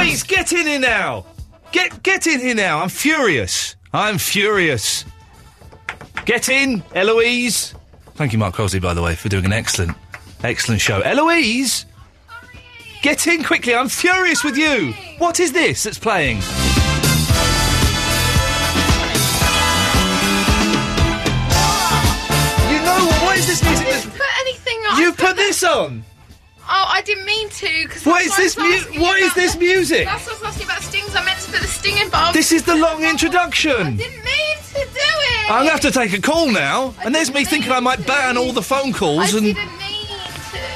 in here now. Get get in here now. I'm furious. I'm furious. Get in, Eloise. Thank you, Mark Crosley, by the way, for doing an excellent, excellent show. Eloise, get in quickly. I'm furious with you. What is this that's playing? You know what? What is this music? Didn't that's- put anything on. You put this on. Oh, I didn't mean to. Cause What is that's I this was mu- asking what is about- this music? That's what I was asking about stings. I meant to put the sting in, but I This is the long introduction. didn't mean to do it. I'm gonna have to take a call now, and there's me thinking I might ban all the phone calls. And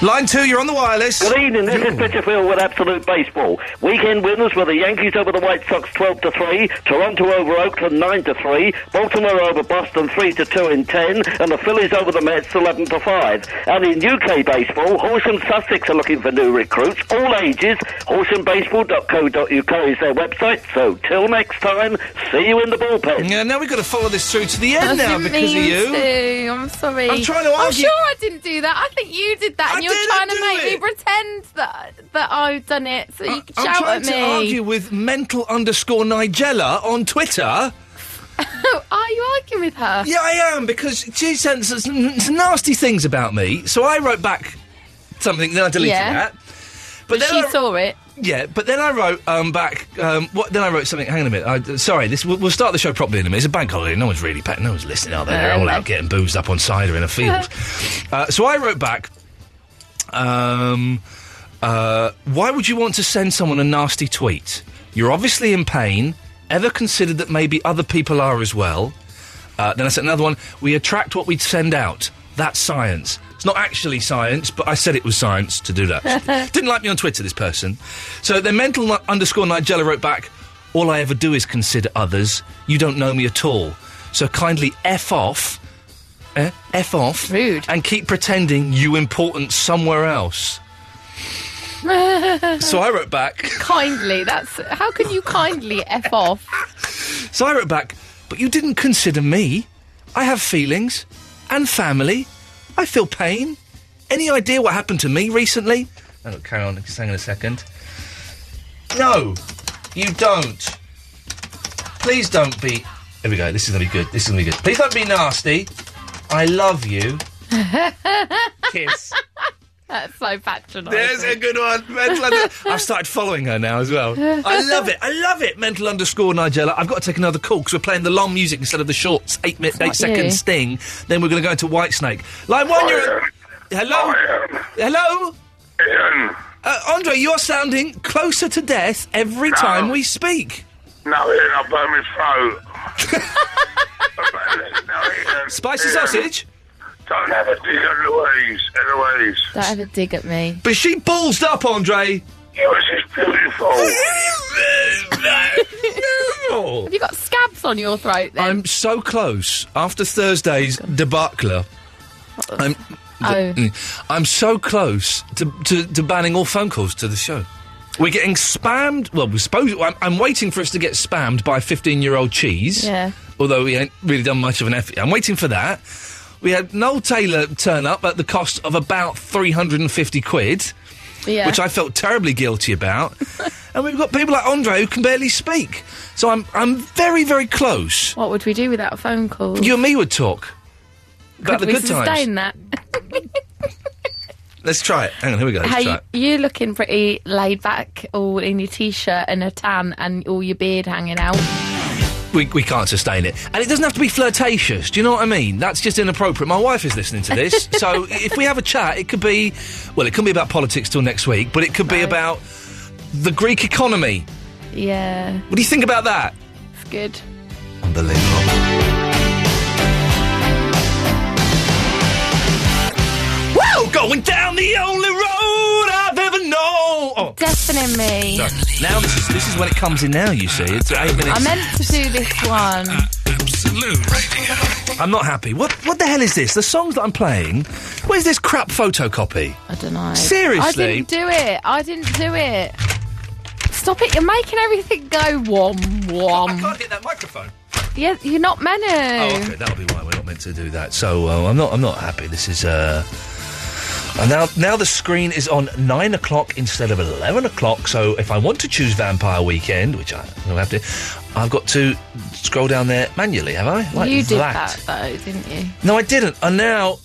line two, you're on the wireless. Good evening. This is Pitcherfield with Absolute Baseball. Weekend winners were the Yankees over the White Sox 12 to 3, Toronto over Oakland 9 to 3, Baltimore over Boston 3 to 2 in 10, and the Phillies over the Mets 11 to 5. And in UK baseball, Horsham Sussex are looking for new recruits, all ages. Horsehambaseball.co.uk is their website. So till next time, see you in the bullpen. Yeah, now we've got to follow this through to the end now didn't because of mean you. To. I'm sorry. I'm trying to I'm argue- sure I didn't do that. I think you did that, and I you're didn't trying do to make it. me pretend that that I've done it, so you can I'm shout trying at to me. argue with mental underscore Nigella on Twitter. Are you arguing with her? Yeah, I am because she sent some, some nasty things about me. So I wrote back something, then I deleted Yeah. that. But then she I- saw it. Yeah, but then I wrote um, back. Um, what? Then I wrote something. Hang on a minute. I, sorry, this we'll, we'll start the show properly in a minute. It's a bank holiday. No one's really pa- no one's listening, are they? They're all out getting boozed up on cider in a field. uh, so I wrote back. Um, uh, why would you want to send someone a nasty tweet? You're obviously in pain. Ever considered that maybe other people are as well? Uh, then I sent another one. We attract what we send out. That's science. It's not actually science, but I said it was science to do that. Didn't like me on Twitter, this person. So then mental ni- underscore Nigella wrote back, All I ever do is consider others. You don't know me at all. So kindly F off. Eh? F off. Rude. And keep pretending you important somewhere else. So I wrote back. kindly. That's how can you kindly f off? So I wrote back, but you didn't consider me. I have feelings and family. I feel pain. Any idea what happened to me recently? Hang on, carry on, just hang on a second. No, you don't. Please don't be. Here we go, this is gonna be good. This is gonna be good. Please don't be nasty. I love you. Kiss. That's so patronising. There's a good one. Mental under- I've started following her now as well. I love it. I love it. Mental underscore Nigella. I've got to take another call because we're playing the long music instead of the short eight minute, eight not second you. sting. Then we're going to go into Whitesnake. Line one, you're. Hello? Hello? Uh, Andre, you're sounding closer to death every time we speak. No, Ian, I burn my throat. Spicy sausage? Don't have a dig at Louise. Eloise. Don't ever dig at me. But she ballsed up, Andre. Yours is Oh. Have you got scabs on your throat then? I'm so close after Thursday's debacle. I'm. Oh. Mm. I'm so close to, to, to banning all phone calls to the show. We're getting spammed. Well, we suppose I'm, I'm waiting for us to get spammed by 15 year old cheese. Yeah. Although we ain't really done much of an effort. I'm waiting for that. We had Noel Taylor turn up at the cost of about 350 quid, yeah. which I felt terribly guilty about. and we've got people like Andre who can barely speak. So I'm I'm very very close. what would we do without a phone call? You and me would talk about Could the we good times. sustain that? Let's try it. Hang on, here we go. Let's Hey, try you, it. you're looking pretty laid back, all in your t-shirt and a tan, and all your beard hanging out. We, we can't sustain it, and it doesn't have to be flirtatious. Do you know what I mean? That's just inappropriate. My wife is listening to this, so if we have a chat, it could be, well, it could be about politics till next week, but it could be Right. about the Greek economy. Yeah, What do you think about that? it's good. Unbelievable. Well, going down the only road I've ever known. Oh, Deafening me. sorry. Now this is this is when it comes in. Now you see, it's eight minutes. I meant to do this one. Absolute Radio. I'm not happy. What what the hell is this? The songs that I'm playing. Where's this crap photocopy? I don't know. Seriously? I didn't do it. I didn't do it. Stop it. You're making everything go wom wom. hit that microphone. Yeah, you're not meant to. Oh, okay. That'll be why we're not meant to do that. So uh, I'm not I'm not happy. This is uh And now, now the screen is on nine o'clock instead of eleven o'clock. So if I want to choose Vampire Weekend, which I will have to, I've got to scroll down there manually. Have I? Like you did that. that. though, didn't you? No, I didn't. And now,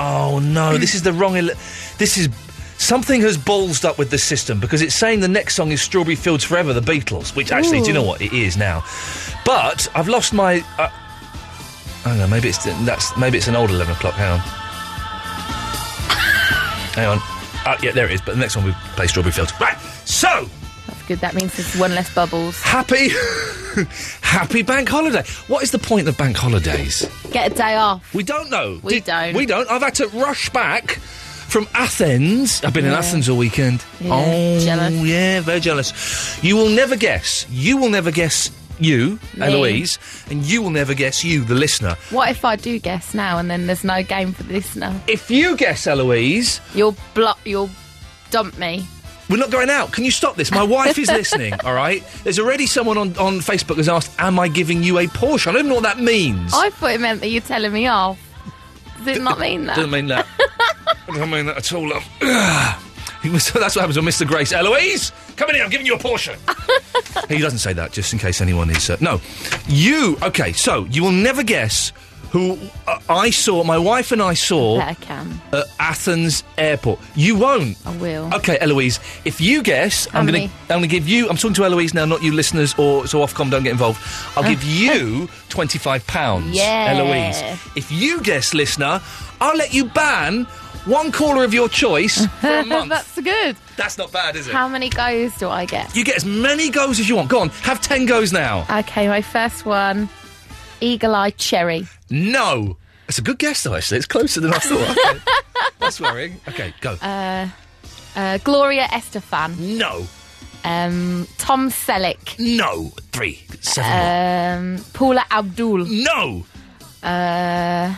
oh Hmm. no, this is the wrong. Ele- this is something has ballsed up with the system because it's saying the next song is Strawberry Fields Forever, the Beatles. Which actually, do you know Ooh. what it is now? But I've lost my. Uh, I don't know. Maybe it's that's maybe it's an old eleven o'clock. Hang on. Hang on. Uh, yeah, there it is. But the next one we play Strawberry Fields. Right. So That's good. That means there's one less bubbles. happy, happy bank holiday. What is the point of bank holidays? Get a day off. We don't know. We don't. We don't. I've had to rush back from Athens. I've been in Yeah. Athens all weekend. Yeah, oh, jealous. yeah, very jealous. You will never guess. You will never guess you, Me. Eloise, and you will never guess you, the listener. What if I do guess now and then there's no game for the listener? If you guess Eloise, You'll block. You'll dump me. we're not going out. Can you stop this? My wife is listening, all right? There's already someone on, on Facebook has asked, Am I giving you a Porsche? I don't know what that means. I thought it meant that you're telling me off. Does it not mean that? Doesn't mean that. Doesn't mean that at all, love. He was- That's what happens when Mr. Grace. Eloise, come in here. I'm giving you a portion. Ah. he doesn't say that, just in case anyone is. Uh, no, you. Okay, so you will never guess who uh, I saw. My wife and I saw Bet I can. at Athens Airport. You won't. I will. Okay, Eloise. If you guess, How I'm many? going to I'm going to give you. I'm talking to Eloise now, not you listeners. Or so Ofcom, don't get involved. I'll give you twenty five pounds, Uh. Yeah. Eloise. If you guess, listener, I'll let you ban one caller of your choice for a month. That's good. That's not bad, is it? How many goes do I get? You get as many goes as you want. Go on, have ten goes now. Okay, my first one. Eagle Eye Cherry. No, it's a good guess though. Actually, it's closer than I thought. Okay. That's worrying. Okay, go. Uh, Gloria Estefan. no, Um, Tom Selleck. no, three, seven. more. Um, Paula Abdul. No. Uh,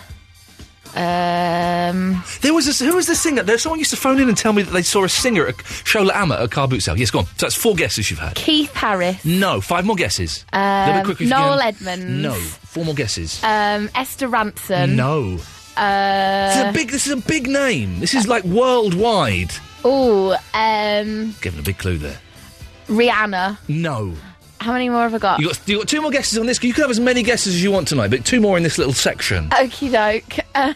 um, There was this, who was the singer? There, someone used to phone in and tell me that they saw a singer at Shola Amma at a car boot sale. Yes, go on. So that's four guesses you've had. Keith Harris. No, five more guesses. A little bit Um, quicker if you Noel can. Edmonds. No, four more guesses. Um, Esther Ranson. no. This is a Uh, big. This is a big name. This is like worldwide. oh, um, Giving a big clue there. Rihanna. No. How many more have I got? You got you got two more guesses on this. You can have as many guesses as you want tonight, but two more in this little section. Okey doke. Uh,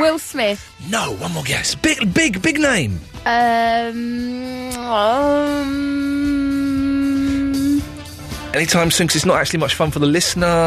Will Smith. No, one more guess. Big, big, big name. Um, um, Anytime soon, 'cause it's not actually much fun for the listener.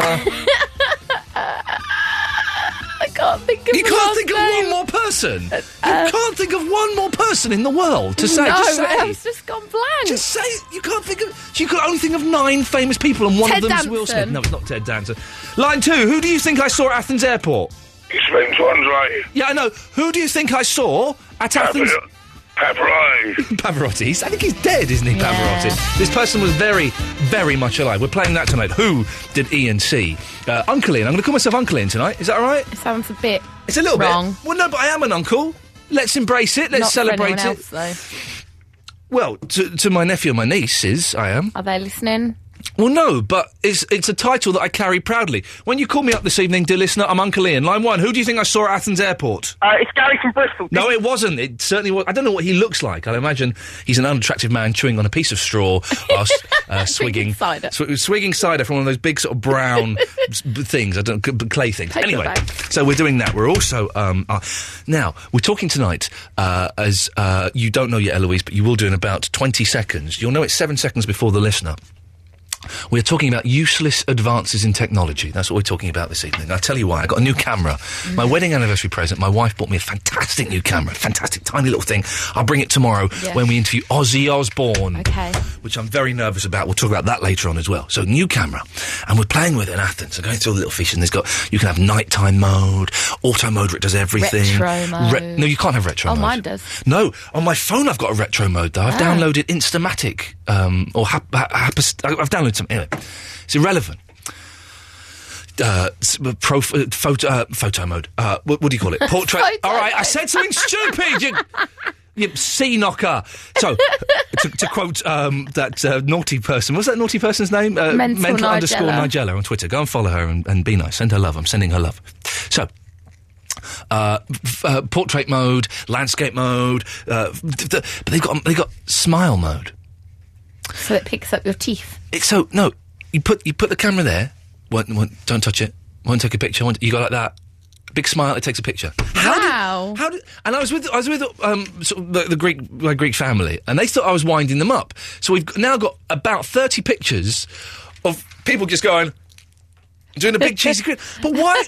I can't think of You the can't last think of name. Uh, one more person. you can't think of one more person in the world to say. No, just say. I've just gone blank. Just say. You can't think of. You can only think of nine famous people, and one Ted of them is Will Smith. Danson. No, it's not Ted Danson. Line two. Who do you think I saw at Athens Airport? You spent one's right. Yeah, I know. Who do you think I saw at Athens? Pepper- Pepper eyes. Pavarotti. He's- I think he's dead, isn't he, Pavarotti? Yeah. This person was very, very much alive. We're playing that tonight. Who did Ian see? Uh, Uncle Ian. I'm going to call myself Uncle Ian tonight. Is that all right? sounds a bit. It's a little Wrong. bit. Well, no, but I am an uncle. Let's embrace it. Let's not celebrate for it. anyone Else, though. Well, to, to my nephew and my nieces, I am. Are they listening? Well, no, but it's it's a title that I carry proudly. When you call me up this evening, dear listener, I'm Uncle Ian. Line one, who do you think I saw at Athens Airport? Uh, it's Gary from Bristol. No, it wasn't. It certainly was. I don't know what he looks like. I imagine he's an unattractive man chewing on a piece of straw whilst uh, swigging Drinking cider. sw- swigging cider from one of those big sort of brown s- b- things. I don't c- b- clay things. Paper anyway, bag. so we're doing that. We're also um, uh, now we're talking tonight uh, as uh, you don't know yet, Eloise, but you will do in about twenty seconds. You'll know it seven seconds before the listener. We're talking about useless advances in technology. That's what we're talking about this evening. I'll tell you why. I got a new camera. Mm. My wedding anniversary present, my wife bought me a fantastic new camera. Fantastic, tiny little thing. I'll bring it tomorrow Yeah. when we interview Ozzy Osbourne. Okay. Which I'm very nervous about. We'll talk about that later on as well. So, new camera. And we're playing with it in Athens. I'm going through all the little features, and there's got, you can have nighttime mode, auto mode where it does everything. Retro mode. no, you can't have retro Oh, mode. mine does. No, on my phone I've got a retro mode though. I've Ah. downloaded Instamatic um, or hap- ha- hapast- I've downloaded something. Anyway, it's irrelevant. Uh, s- pro- uh, photo, uh, photo mode. Uh, what, what do you call it? Portrait. Photo All right, I mode. said something stupid. You, you sea knocker. So, to, to quote um, that uh, naughty person, what's that naughty person's name? Uh, Mental underscore Nigella. Nigella on Twitter. Go and follow her and, and be nice. Send her love. I'm sending her love. So, uh, f- uh, portrait mode, landscape mode, uh, f- th- th- but they've got they've got smile mode. So it picks up your teeth. It's so no, you put you put the camera there. Won't, won't, don't touch it. Won't take a picture. Won't, you go like that. Big smile. It takes a picture. How did- Wow. how did, and I was with I was with um, sort of the, the Greek my Greek family, and they thought I was winding them up. So we've now got about thirty pictures of people just going doing a big cheesy grin. But why?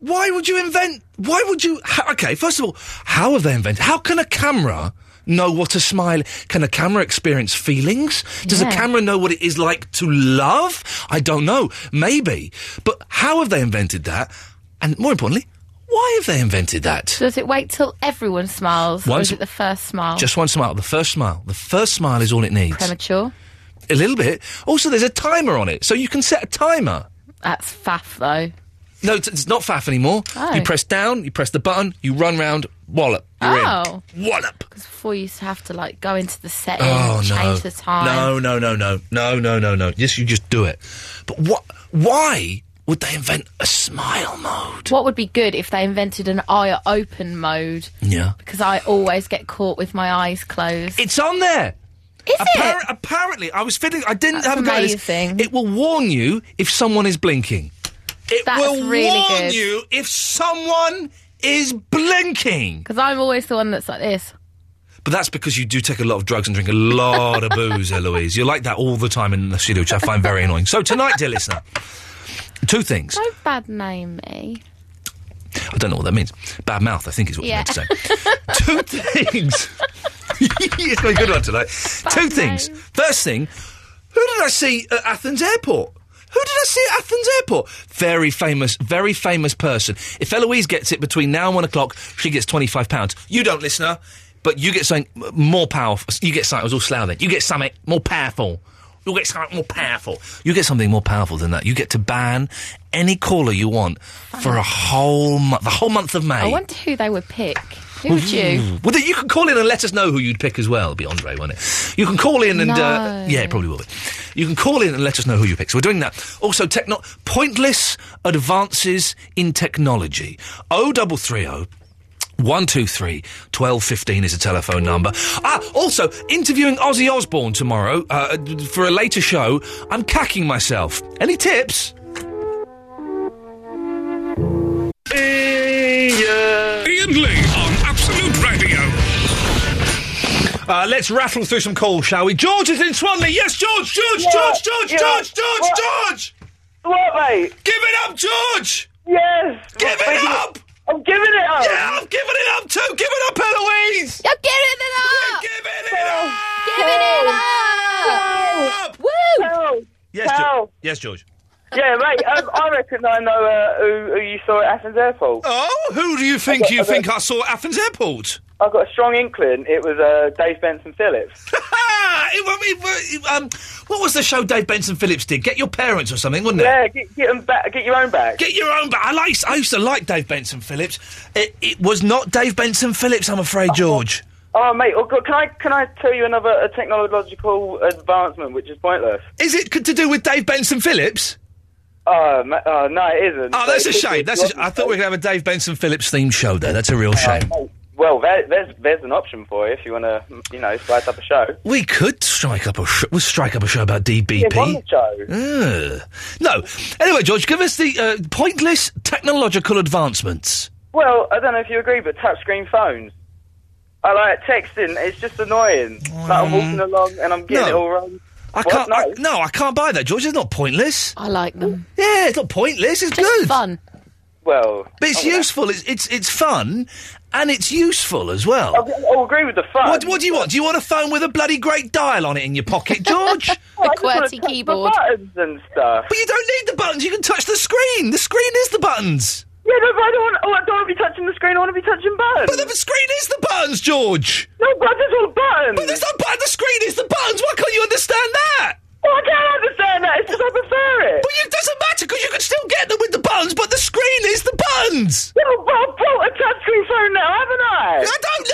Why would you invent? Why would you? ho- okay, first of all, how have they invented? How can a camera know what a smile? Can a camera experience feelings? Does a Yeah. camera know what it is like to love? I don't know. Maybe, but how have they invented that? And more importantly, why have they invented that? Does it wait till everyone smiles, or Once- is it the first smile? Just one smile. The first smile. The first smile is all it needs. premature. a little bit. Also, there's a timer on it, so you can set a timer. That's faff though. No, it's- it's not faff anymore. Oh. You press down, you press the button, you run round, wallop. You're oh, in. Wallop. because before you used to have to like go into the setting, Oh no! change the time. No, no, no, no, no, no, no, no. Yes, you just do it. But what? Why would they invent a smile mode? What would be good if they invented an eye open mode? Yeah. Because I always get caught with my eyes closed. It's on there. Is Appar- it? Apparently, I was fiddling. I didn't That's have a go at this. amazing. It will warn you if someone is blinking. It That's will really warn good. you if someone is blinking. Because I'm always the one that's like this. But that's because you do take a lot of drugs and drink a lot of booze, Eloise. You're like that all the time in the studio, which I find very annoying. So tonight, dear listener, two things. Don't bad name me. I don't know what that means. Bad mouth, I think, is what Yeah. you meant to say. Two things. it's got a good one tonight. Two things. First thing, who did I see at Athens Airport? Who did I see at Athens Airport? Very famous, very famous person. If Eloise gets it between now and one o'clock, she gets twenty-five pounds. You don't, listener, but you get something m- more powerful. You get something. I was all slothing. You get something more powerful. You'll get something more powerful. You get something more powerful than that. You get to ban any caller you want for a whole month, the whole month of May. I wonder who they would pick. Who would you? Ooh. Well, then you can call in and let us know who you'd pick as well. It'd be Andre, won't it? You can call in and uh, No. yeah, it probably will be. You can call in and let us know who you pick. So we're doing that. Also, techno- pointless advances in technology. O double three oh, O. 123 1215 is a telephone number. Ah, also, interviewing Ozzy Osbourne tomorrow uh, for a later show. I'm cacking myself. Any tips? Ian Lee on Absolute Radio. Uh, let's rattle through some calls, shall we? George is in Swanley. Yes, George, George, Yeah, George, George, yeah. George, George, What? George. What, mate? Give it up, George. Yes. Give I'm it making up. I'm giving it up. Yeah, I've given it up too. Give it up, Eloise. You're giving it up! Give it up. Giving it up! Woo! Tell. Yes, Tell. George. Yes, George. Oh! Yeah, mate. Um, I reckon I know uh, who, who you saw at Athens Airport. Oh, who do you think Okay, you okay. think I saw at Athens Airport? I got a strong inkling it was uh, Dave Benson Phillips. Ah, It- well, it- well, um, what was the show Dave Benson Phillips did? Get your parents or something, wouldn't it? yeah, get, get, 'em back, get your own back. Get your own. But I like. I used to like Dave Benson Phillips. It, it was not Dave Benson Phillips, I'm afraid, George. oh, mate. Oh, God, can I can I tell you another uh technological advancement which is pointless? Is it to do with Dave Benson Phillips? Oh, ma- oh no, it isn't. Oh, that's a But it could be. shame. That's a sh- I thought we were going to have a Dave Benson Phillips themed show there. That's a real shame. Oh, Well, there, there's there's an option for you if you want to, you know, slice up a show. We could strike up a sh- we'll strike up a show about DBP. Yeah, one show. Ugh. no. Anyway, George, give us the uh, pointless technological advancements. Well, I don't know if you agree, but touchscreen phones. I like texting. It's just annoying. Like I'm walking along and I'm getting Mm. no. it all wrong. I What? can't. No. I, no, I can't buy that, George. It's not pointless. I like them. Yeah, it's not pointless. It's Just good. fun. well, oh, But it's I'm gonna- useful. It's, it's it's fun, and it's useful as well. I'll, I'll Oh, agree with the phone. What, what do you want? Do you want a phone with a bloody great dial on it in your pocket, George? but Oh, I just wanna QWERTY touch the keyboard. buttons and stuff. you don't need the buttons. You can touch the screen. The screen is the buttons. Yeah, no, but I don't want. Oh, I don't want to be touching the screen. I want to be touching But buttons. the screen is the buttons, George. no, but I just want buttons. But there's no button. The screen is the buttons. Why can't you understand that? oh, I can't understand that. It's because I prefer it. But it doesn't matter because you can still get them with the buttons. But the screen is the buttons. Yeah, but I've bought a touchscreen phone now, haven't I? I don't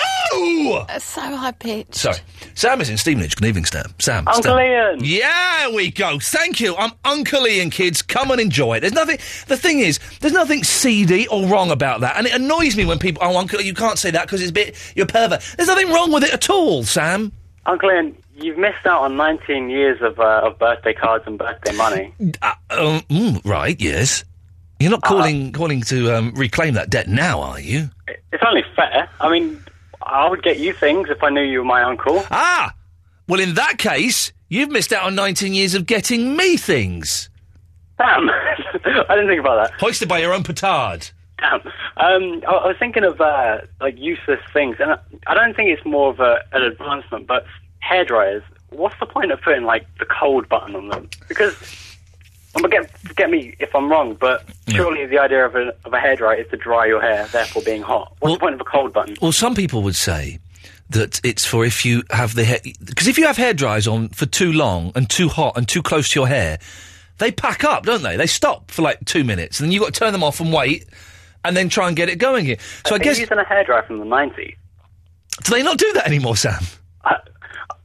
know. That's so high pitched. Sorry. Sam is in Stevenage. Good evening, Sam. Sam. Uncle Stan. Ian. Yeah, we go. Thank you. I'm Uncle Ian, kids. Come and enjoy it. There's nothing. The thing is, there's nothing seedy or wrong about that, and it annoys me when people. Oh, Uncle, you can't say that because it's a bit. You're a pervert. There's nothing wrong with it at all, Sam. Uncle Ian, you've missed out on 19 years of, uh, of birthday cards and birthday money. Uh, um, mm, right. Yes. You're Uh, not calling calling to um, reclaim that debt now, are you? It's only fair. I mean, I would get you things if I knew you were my uncle. Ah, well, in that case, you've missed out on 19 years of getting me things. Damn. I didn't think about that. Hoisted by your own petard. Damn. Um, I, I was thinking of uh, like useless things, and I, I don't think it's more of a, an advancement, but hairdryers. What's the point of putting like the cold button on them? Because I'm gonna get get me if I'm wrong, but surely the idea of a of a hairdryer is to dry your hair, therefore being hot. What's the point of a cold button? Well, some people would say that it's for if you have the hair. Because if you have hair dryers on for too long and too hot and too close to your hair, they pack up, don't they? They stop for like two minutes. And then you've got to turn them off and wait and then try and get it going again. So I, Are you guess. using a hairdryer from the '90s. Do they not do that anymore, Sam?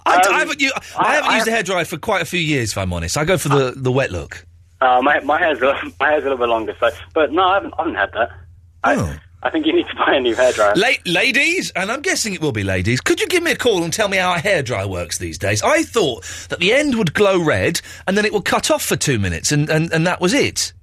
I, I haven't, u- Uh, um, I haven't used a hairdryer for quite a few years, if I'm honest. I go for the, the wet look. Uh, my my hair's a, my hair's a little bit longer, so but no, I haven't I haven't had that. I, Oh. I think you need to buy a new hairdryer. La- ladies, and I'm guessing it will be ladies, could you give me a call and tell me how a hairdryer works these days? I thought that the end would glow red and then it would cut off for two minutes and, and, and that was it.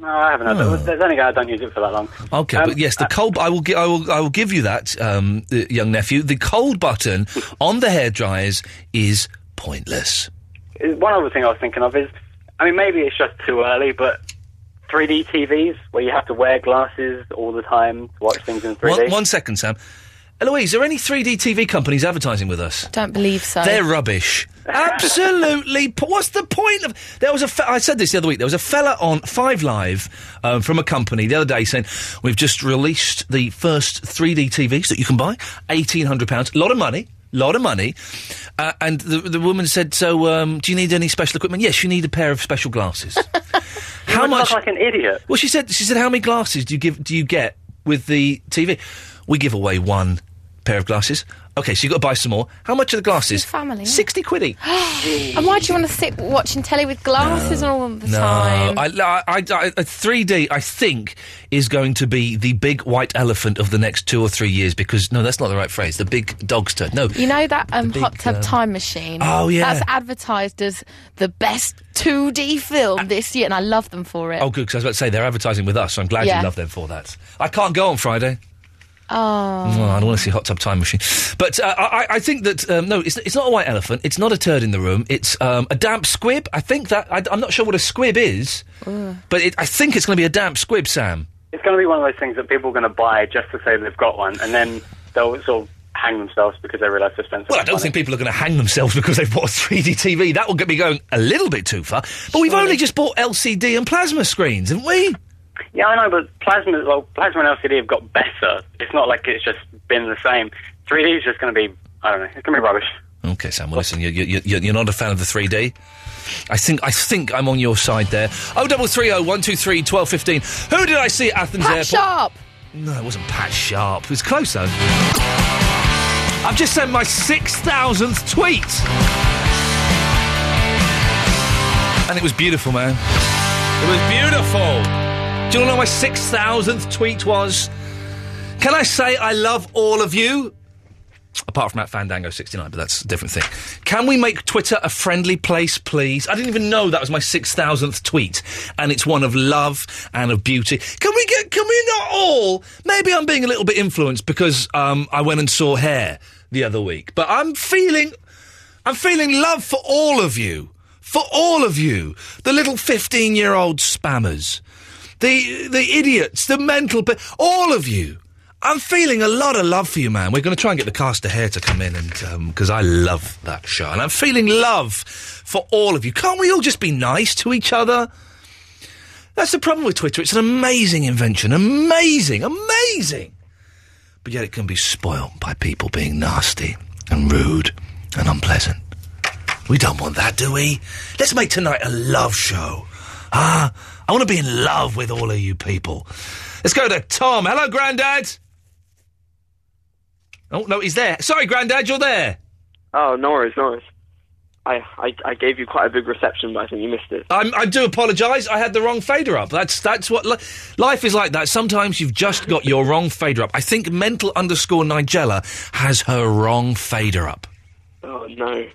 No, I haven't had Oh. that. There's only guy I don't use it for that long. Okay, Um, but yes, the cold. I will. Gi- I will. I will give you that, um, the young nephew. The cold button on the hairdryers is pointless. Uh, One other thing I was thinking of is, I mean, maybe it's just too early, but 3D TVs where you have to wear glasses all the time to watch things in 3D. One, one second, Sam. Eloise, are any 3D TV companies advertising with us? Don't believe so. They're rubbish. Absolutely. po- What's the point of? There was a. Fe- I said this the other week. There was a fella on Five Live um, from a company the other day saying we've just released the first 3D TVs that you can buy. Eighteen hundred pounds. A lot of money. Lot of money. Uh, and the, the woman said, "So, um, do you need any special equipment? Yes, you need a pair of special glasses. How You much? Look like an idiot. Well, she said, she said, how many glasses do you give? Do you get with the TV? We give away one pair of glasses. Okay, so you have got to buy some more. How much are the glasses? family, yeah. Sixty quiddy. and why do you want to sit watching telly with glasses on all the no, time? I, I, I, I- 3D, I think, is going to be the big white elephant of the next two or three years because, no, that's not the right phrase. The big dog's turd. No. You know that um, Oh. big, hot tub um, time machine? Oh, yeah. That's advertised as the best 2D film this year, and I love them for it. Oh, good, because I was about to say they're advertising with us, so I'm glad Yeah. you love them for that. I can't go on Friday. Oh. Oh, I don't want to see Hot Tub Time Machine. But uh, I, I- I think that um, no, it's, it's not a white elephant. It's not a turd in the room. It's um, a damp squib. I think that I, am not sure what a squib is, but it, I think it's going to be a damp squib, Sam. Mm. It's going to be one of those things that people are going to buy just to say they've got one, and then they'll sort of hang themselves because they realise they've spent so Well, I much don't money. think people are going to hang themselves because they've bought a 3D TV. That will get me going a little bit too far. But we've only just bought LCD and plasma screens, haven't we? Yeah, I know, but plasma, well, plasma and LCD have got better. It's not like it's just been the same. 3D is just going to be, I don't know, it's going to be rubbish. Okay, Sam. Well, listen, you're, you're, you're, you're not a fan of the 3D. I think I think I'm on your side there. Oh, double three oh one two three twelve fifteen. Who did I see at Athens Pat Airport? Sharp! No, it wasn't Pat Sharp. It was close though. I've just sent my six thousandth tweet, and it was beautiful, man. It was beautiful. Do you know what my six thousandth tweet was? Can I say I love all of you? Apart from at Fandango 69, but that's a different thing. Can we make Twitter a friendly place, please? I didn't even know that was my 6,000th tweet, and it's one of love and of beauty. Can we get, can we not all? Maybe I'm being a little bit influenced because um, I went and saw hair the other week, but I'm feeling, I'm feeling love for all of you. For all of you. The little 15 year old spammers. The, the idiots, the mental, pe- all of you. I'm feeling a lot of love for you, man. We're going to try and get the cast of hair to come in, and because I love that show, and I'm feeling love for all of you. Can't we all just be nice to each other? That's the problem with Twitter. It's an amazing invention, amazing, amazing, but yet it can be spoiled by people being nasty and rude and unpleasant. We don't want that, do we? Let's make tonight a love show. Ah, I want to be in love with all of you people. Let's go to Tom. Hello, Grandad. Oh no, he's there. Sorry, Grandad, you're there. Oh, no worries, no worries. I, I, I gave you quite a big reception, but I think you missed it. I'm, I do apologise. I had the wrong fader up. That's that's what li- life is like. That sometimes you've just got your wrong fader up. I think mental underscore Nigella has her wrong fader up. Oh, no.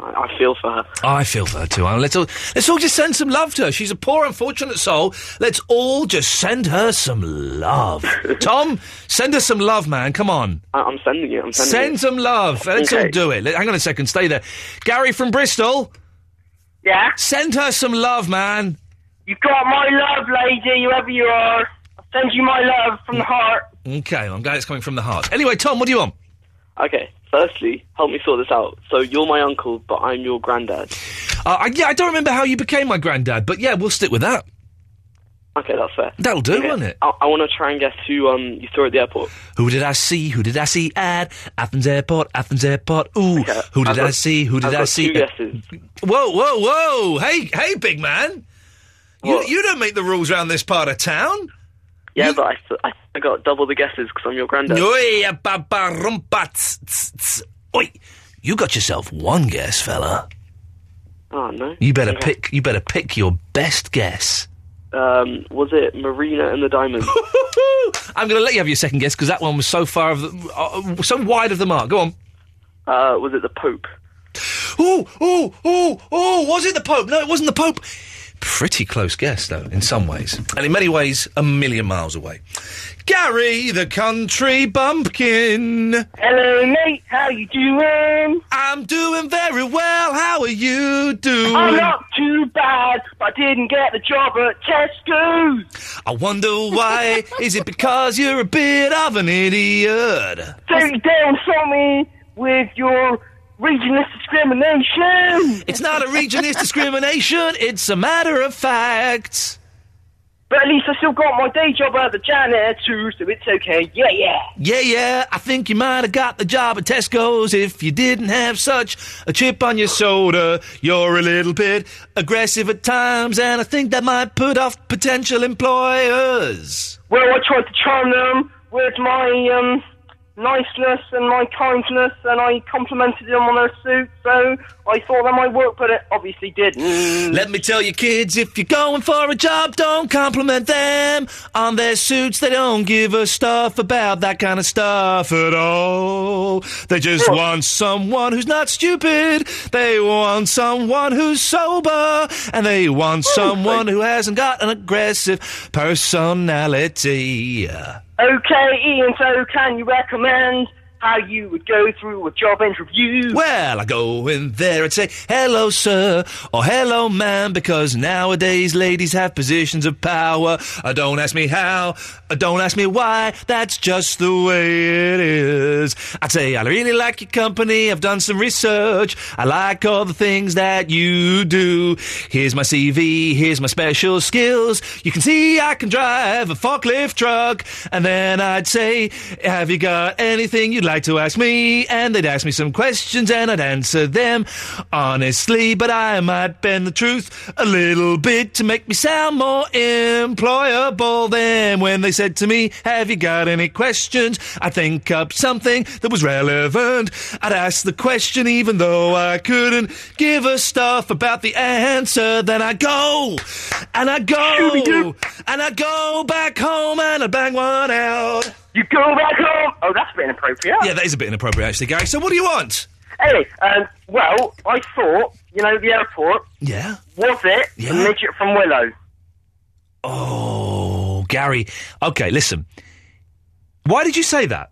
I, I feel for her. Oh, I feel for her too. Alan. Let's all let's all just send some love to her. She's a poor, unfortunate soul. Let's all just send her some love. Tom, send her some love, man. Come on. I, I'm sending you. I'm sending Send you. some love. Let's all Okay. do it. Let- hang on a second. Stay there. Gary from Bristol. Yeah? Send her some love, man. You got my love, lady, whoever you are. I'll send you my love from the heart. Okay, well, I'm glad it's coming from the heart. Anyway, Tom, what do you want? Okay, firstly, help me sort this out. So you're my uncle, but I'm your granddad. Uh, I, yeah, I don't remember how you became my granddad, but yeah, we'll stick with that. Okay, that's fair. That'll do, won't it? I, I want to try and guess who um you saw at the airport. Who did I see? Who did I see at Athens Airport? Athens Airport. Ooh, who did I've I got- see? Who did I've I got see? Two guesses. Whoa, whoa, whoa! Hey, hey, big man. You, you don't make the rules around this part of town. Yeah, but I, th- I, I got double the guesses because I'm your granddad. Oi, a ba ba rum ba tss, tss, tss. Oi, you got yourself one guess, fella. Oh no. You better pick. You better pick your best guess. Um, was it Marina and the Diamonds? I'm going to let you have your second guess because that one was so far of the, uh, so wide of the mark. Go on. uh, was it the Pope? Oh, oh, oh, oh, was it the Pope? No, it wasn't the Pope. Pretty close guess, though, in some ways. And in many ways, a million miles away. Gary, the country bumpkin. Hello, mate. How you doing? I'm doing very well. How are you doing? I'm not too bad, but I didn't get the job at Tesco. I wonder why. Is it because you're a bit of an idiot? So you downsell me with your regionalist discrimination. It's not a regionist discrimination, it's a matter of fact. But at least I still got my day job at the janitor too, so it's okay. Yeah, yeah. Yeah, yeah, I think you might have got the job at Tesco's if you didn't have such a chip on your shoulder. You're a little bit aggressive at times, and I think that might put off potential employers. Well, I tried to charm them with my um, niceness and my kindness, and I complimented them on their suit, so I thought that might work, but it obviously didn't. Let me tell you, kids, if you're going for a job, don't compliment them on their suits. They don't give a stuff about that kind of stuff at all. They just want someone who's not stupid. They want someone who's sober. And they want someone who hasn't got an aggressive personality. Okay, Ian, so can you recommend how you would go through a job interview? Well, I go in there and say, hello, sir, or hello, ma'am, because nowadays ladies have positions of power. Uh, don't ask me how, uh, don't ask me why, that's just the way it is. I'd say, I really like your company, I've done some research, I like all the things that you do. Here's my CV, here's my special skills. You can see I can drive a forklift truck. And then I'd say, Have you got anything you'd like to ask me? And they'd ask me some questions and I'd answer them honestly. But I might bend the truth a little bit to make me sound more employable. Then when they said to me, Have you got any questions? I'd think up something that was relevant. I'd ask the question even though I couldn't give a stuff about the answer. Then I go and I go and I go back home and I bang one out. You go back home! Oh, that's a bit inappropriate. Yeah, that is a bit inappropriate, actually, Gary. So, what do you want? Anyway, um, well, I thought, you know, the airport, Yeah. was it Yeah. the midget from Willow? Oh, Gary. Okay, listen. Why did you say that?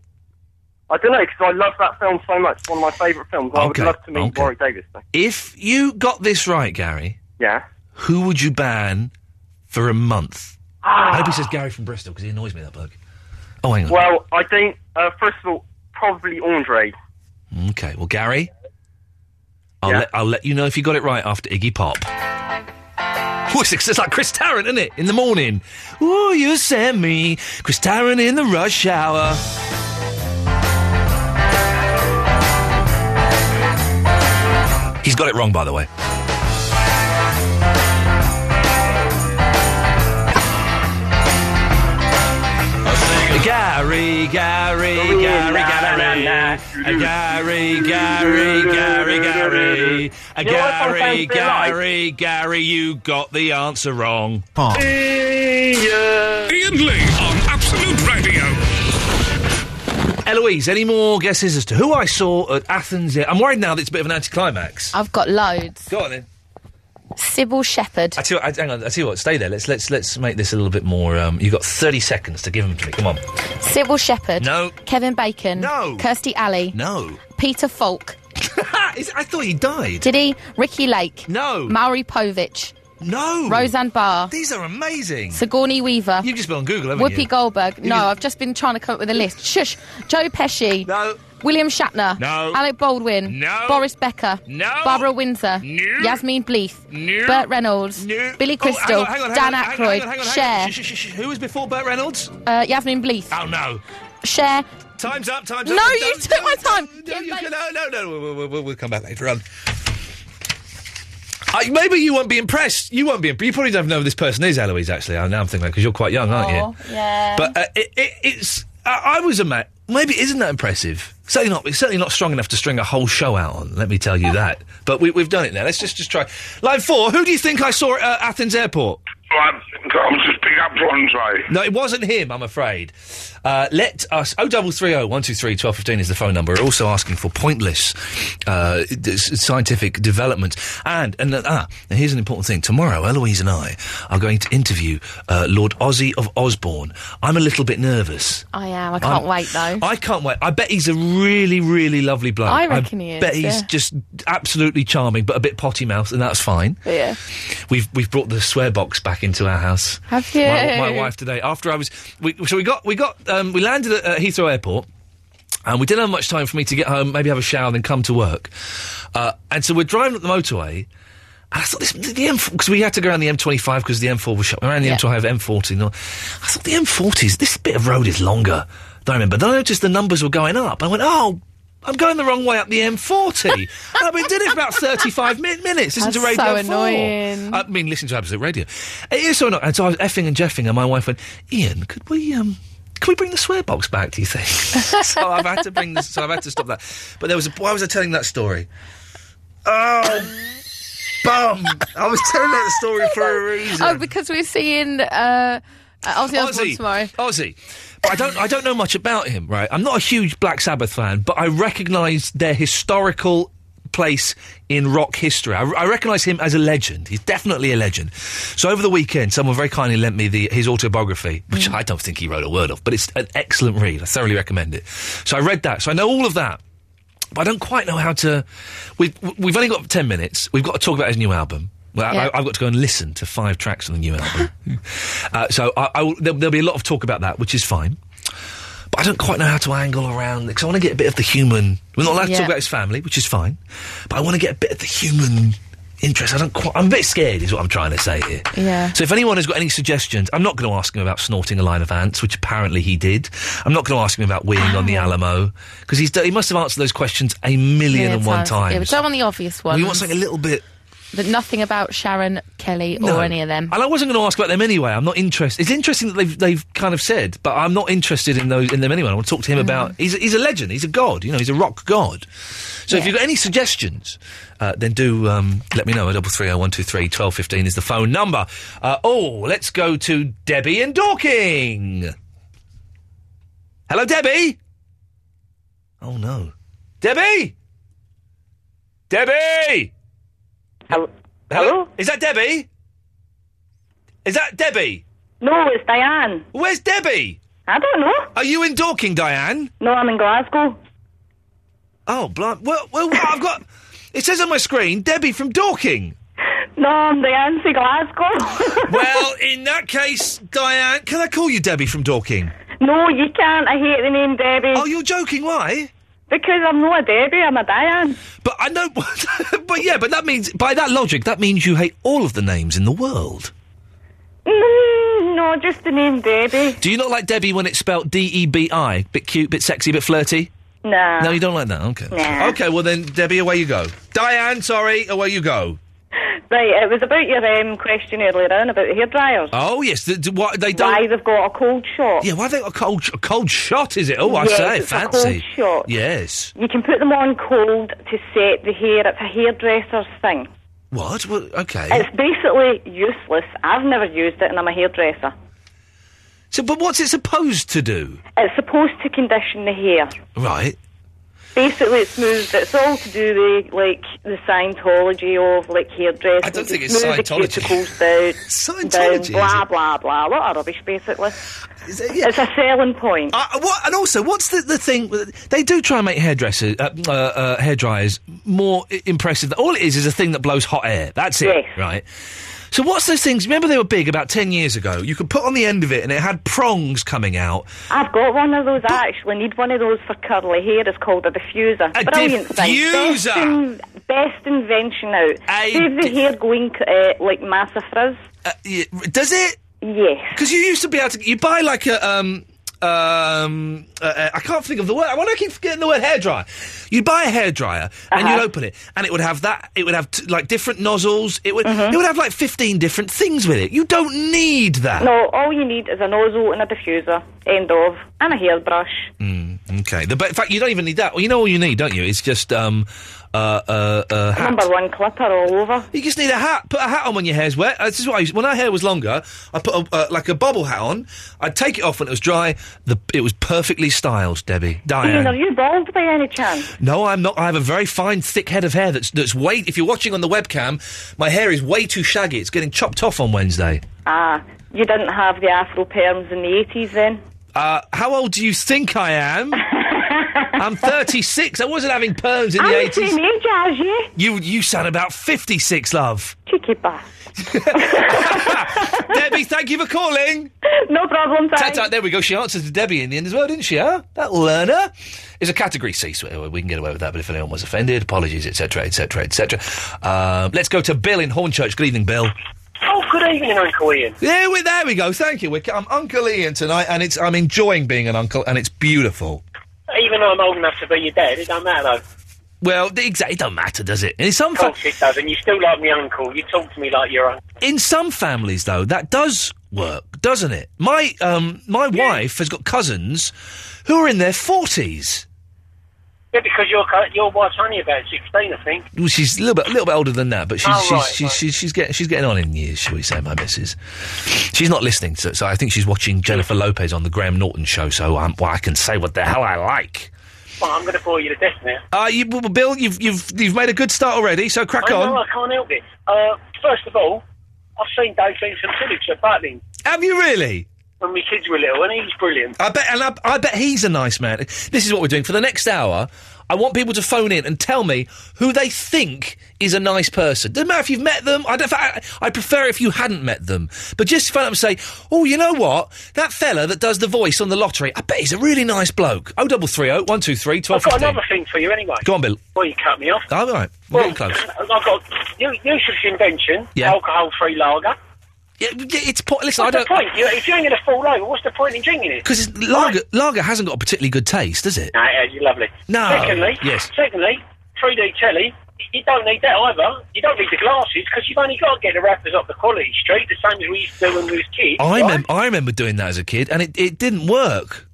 I don't know, because I love that film so much. It's one of my favourite films. I would Okay, love to meet okay. Warwick Davis. though. If you got this right, Gary, Yeah. who would you ban for a month? Ah. I hope he says Gary from Bristol because he annoys me, that bloke. Oh, hang on. Well, I think, uh, first of all, probably Andre. Okay, well, Gary, I'll, Yeah. let, I'll let you know if you got it right after Iggy Pop. Oh, it's, it's like Chris Tarrant, isn't it? In the morning. Ooh, you sent me Chris Tarrant in the rush hour. He's got it wrong, by the way. Gary, Gary, Gary, Gary, a Gary, Gary, Gary, Gary, a You Gary, know what sometimes they like? Gary, Gary, you got the answer wrong. Eh, Ian Lee on Absolute Radio. Eloise, any more guesses as to who I saw at Athens? I'm worried now that it's a bit of an anticlimax. I've got loads. Go on then. Sybil Shepherd. I tell you, what, I, hang on. I tell you what. Stay there. Let's let's let's make this a little bit more. Um, you've got 30 seconds to give them to me. Come on. Sybil Shepherd. No. Kevin Bacon. No. Kirsty Alley. No. Peter Falk. Is- I thought he died. Did he? Ricky Lake. No. Maury Povich. No. Roseanne Barr. These are amazing. Sigourney Weaver. You've just been on Google, haven't Whoopi you? Goldberg. You No, just- I've just been trying to come up with a list. Shush. Joe Pesci. No. William Shatner. No. Alec Baldwin. No. Boris Becker. No. Barbara Windsor. No. Yasmin Bleeth. No. Bert Reynolds. No. Billy Oh, hang Crystal. on, hang on, hang Dan on, hang on, hang on, hang Aykroyd. on, hang on. Cher. Shh, shh, shh, shh. Who was before Burt Reynolds? Uh, Yasmin Bleeth. Oh no. Cher. Time's up. Time's No, up. you Don't- took my don't- time. No, Give you me- can, no, no, no. We'll, we'll- we'll, we'll come back later on. I, maybe you won't be impressed. You won't be. imp- You probably don't know who this person is, Eloise. Actually, I now I'm thinking because you're quite young, aren't Oh, you? yeah. But uh, it, it, it's. I, I was a man. Maybe it isn't that impressive. Certainly not. It's certainly not strong enough to string a whole show out on. Let me tell you that. But we, we've done it now. Let's just just try. Line four. Who do you think I saw at uh, Athens Airport? I think I'm just big up one way. No, it wasn't him, I'm afraid. Uh, let us. 0330 123 1215 is the phone number. We're also asking for pointless uh, d- s- scientific development. And, and uh, ah, now here's an important thing. Tomorrow, Eloise and I are going to interview uh, Lord Ozzy of Osborne. I'm a little bit nervous. I am. I I'm- can't wait though. I can't wait. I bet he's a really, really lovely bloke. I reckon he is, bet he's yeah. just absolutely charming, but a bit potty mouth, and that's fine. But yeah. We've we've brought the swear box back into our house. Have you? My, my wife today. After I was, we, so we got we got um, we landed at uh, Heathrow Airport. And we didn't have much time for me to get home, maybe have a shower, then come to work. Uh, and so we're driving up the motorway, and I thought this the M4 because we had to go around the M25 because the M4 was shut. We ran the Yeah. M25, M40. No, I thought the M40s. This bit of road is longer than I remember. Then I noticed the numbers were going up. I went, oh. I'm going the wrong way up the M40. and I've been doing it for about 35 min- minutes. Listen That's to Radio so 4. annoying. I mean, listen to Absolute Radio. It is so annoying. And so I was effing and jeffing, and my wife went, Ian, could we um, could we bring the swear box back? Do you think? so Oh, I've had to bring this. So I've had to stop that. But there was a. Why was I telling that story? Oh, bum! I was telling that story for a reason. Oh, because we're seeing uh, Ozzy Osbourne tomorrow. Ozzy. But I don't, I don't know much about him, right? I'm not a huge Black Sabbath fan, but I recognise their historical place in rock history. I, I recognise him as a legend. He's definitely a legend. So over the weekend, someone very kindly lent me the, his autobiography, Mm. which I don't think he wrote a word of, but it's an excellent read. I thoroughly recommend it. So I read that. So I know all of that. But I don't quite know how to. We've we've only got ten minutes. We've got to talk about his new album. Well, Yeah. I, I've got to go and listen to five tracks on the new album. uh, so I, I will, there'll, there'll be a lot of talk about that, which is fine. But I don't quite know how to angle around because I want to get a bit of the human. We're not allowed to Yeah. talk about his family, which is fine. But I want to get a bit of the human interest. I don't quite. I'm a bit scared, is what I'm trying to say here. Yeah. So if anyone has got any suggestions, I'm not going to ask him about snorting a line of ants, which apparently he did. I'm not going to ask him about weeing on Ah. the Alamo because he's d- he must have answered those questions a million and one times. Yeah, but don't want the obvious ones. we want something a little bit. But nothing about Sharon Kelly no. or any of them. And I wasn't going to ask about them anyway. I'm not interested. It's interesting that they've they've kind of said, but I'm not interested in those in them anyway. I want to talk Mm. to him about. He's a, he's a legend. He's a god. You know, he's a rock god. So if Yeah. you've got any suggestions, uh, then do um, let me know. Double three oh one two three twelve fifteen is the phone number. Uh, oh, let's go to Debbie in Dorking. Hello, Debbie. Oh no, Debbie. Debbie. Hello? Hello? Is that Debbie? Is that Debbie? No, it's Diane. Where's Debbie? I don't know. Are you in Dorking, Diane? No, I'm in Glasgow. Oh, blind. Well, well, well, I've got. It says on my screen, Debbie from Dorking. No, I'm Diane from Glasgow. Well, in that case, Diane, can I call you Debbie from Dorking? no, you can't. I hate the name Debbie. Oh, you're joking. Why? Because I'm not a Debbie, I'm a Diane. But I know. but yeah, but that means, by that logic, that means you hate all of the names in the world. Mm, no, just the name Debbie. Do you not like Debbie when it's spelled D E B I? Bit cute, bit sexy, bit flirty? Nah. No, you don't like that. Okay. Nah. Okay, well then, Debbie, away you go. Diane, sorry, away you go. Right, it was about your um, question earlier on about the hairdryers. Oh yes, the, the- what they don't. Why they've got a cold shot. Yeah, why have they got a cold sh- a cold shot? Is it? Oh, I Yes, say, it's a cold fancy. shot. Yes. You can put them on cold to set the hair. It's a hairdresser's thing. What? Well, okay. It's basically useless. I've never used it, and I'm a hairdresser. So, but what's it supposed to do? It's supposed to condition the hair. Right. Basically, it smooths. It's all to do with like the Scientology of like hairdressing. I don't think it's Scientology. The cuticles down, Scientology, is down, blah it? blah blah. What a rubbish, basically. yeah. It's a selling point. Uh, what, and also, what's the, the thing? with- They do try and make hairdressers, uh, uh, uh, hairdryers more i- impressive. All it is is a thing that blows hot air. That's it, right? So, what's those things? Remember, they were big about ten years ago. You could put on the end of it, and it had prongs coming out. I've got one of those. I actually need one of those for curly hair. It's called a diffuser. A Brilliant diffuser! thing. Best, in, best invention out. Save the hair going uh, like massive frizz. Uh, yeah, does it? Yes. Because you used to be able to. You buy like a. Um, um, uh, uh, I can't think of the word. Why do I keep forgetting the word hairdryer? You'd buy a hairdryer and Uh-huh. you'd open it, and it would have that. It would have t- like different nozzles. It would. Mm-hmm. It would have like fifteen different things with it. You don't need that. No, all you need is a nozzle and a diffuser. End of. And a hairbrush. Mm, Okay. The, but in fact, you don't even need that. Well, you know all you need, don't you? It's just um, uh, uh, uh, hat. Number one clipper all over. You just need a hat. Put a hat on when your hair's wet. Uh, This is what I used, when our hair was longer. I put a, uh, like a bobble hat on. I'd take it off when it was dry. The, it was perfectly styled, Debbie. Diane. Ian, are you bald by any chance? No, I'm not. I have a very fine, thick head of hair that's that's way. If you're watching on the webcam, my hair is way too shaggy. It's getting chopped off on Wednesday. Ah, you didn't have the afro perms in the 80s then? Uh, how old do you think I am? I'm 36. I wasn't having perms in I'm the the same 80s. age as you. You you sound about 56, love. Cheeky bastard. Debbie, thank you for calling. No problem, thanks. There we go. She answered to Debbie in the end as well, didn't she? Huh? That learner is a category C, so we can get away with that. But if anyone was offended, apologies, etc., etc., etc. Um, Let's go to Bill in Hornchurch. Good evening, Bill. Oh, good evening, Uncle Ian. Yeah, we, there we go. Thank you. We're, I'm Uncle Ian tonight, and it's I'm enjoying being an uncle, and it's beautiful. Even though I'm old enough to be your dad, it don't matter Well, the exact, it don't matter, does it? In though. some Of fa- course it does, and you still like me uncle. You talk to me like your uncle. in some families, though, that does work, doesn't it? My um, my wife has got cousins who are in their forties. Yeah, because your co- your wife's only about sixteen, I think. Well, she's a little bit, a little bit older than that, but she's Oh, she's, she's, right, she's she's getting she's getting on in years, shall we say, my missus. She's not listening, so, so I think she's watching Jennifer Lopez on the Graham Norton show. So um, well, I can say what the hell I like. Well, I'm going to bore you to death now. Uh, you, well, Bill, you've you've you've made a good start already, so crack I on. know I can't help it. Uh, first of all, I've seen Dave Vincent Phillips at Butlin Have you really? when my kids were little, and he's brilliant. I bet, and I, I bet he's a nice man. This is what we're doing for the next hour. I want people to phone in and tell me who they think is a nice person. Doesn't matter if you've met them. I don't. I, I prefer if you hadn't met them, but just phone up and say, "Oh, you know what? That fella that does the voice on the lottery, I bet he's a really nice bloke." Oh, double three oh one two three twelve I've got fifteen. another thing for you anyway. Go on, Bill. Well, you cut me off. All right, we're getting close. I've got U- Yusuf's invention, Yeah. alcohol-free lager. Yeah, it's point. Listen, what's I the don't- point? You- if you ain't going to fall over, what's the point in drinking it? Because lager, lager hasn't got a particularly good taste, does it? No, yeah, you're lovely. No, Secondly, yes. Secondly, 3D telly. You don't need that either. You don't need the glasses because you've only got to get the wrappers off the quality street, the same as we used to do when we was kids. I, mem- I remember doing that as a kid, and it, it didn't work.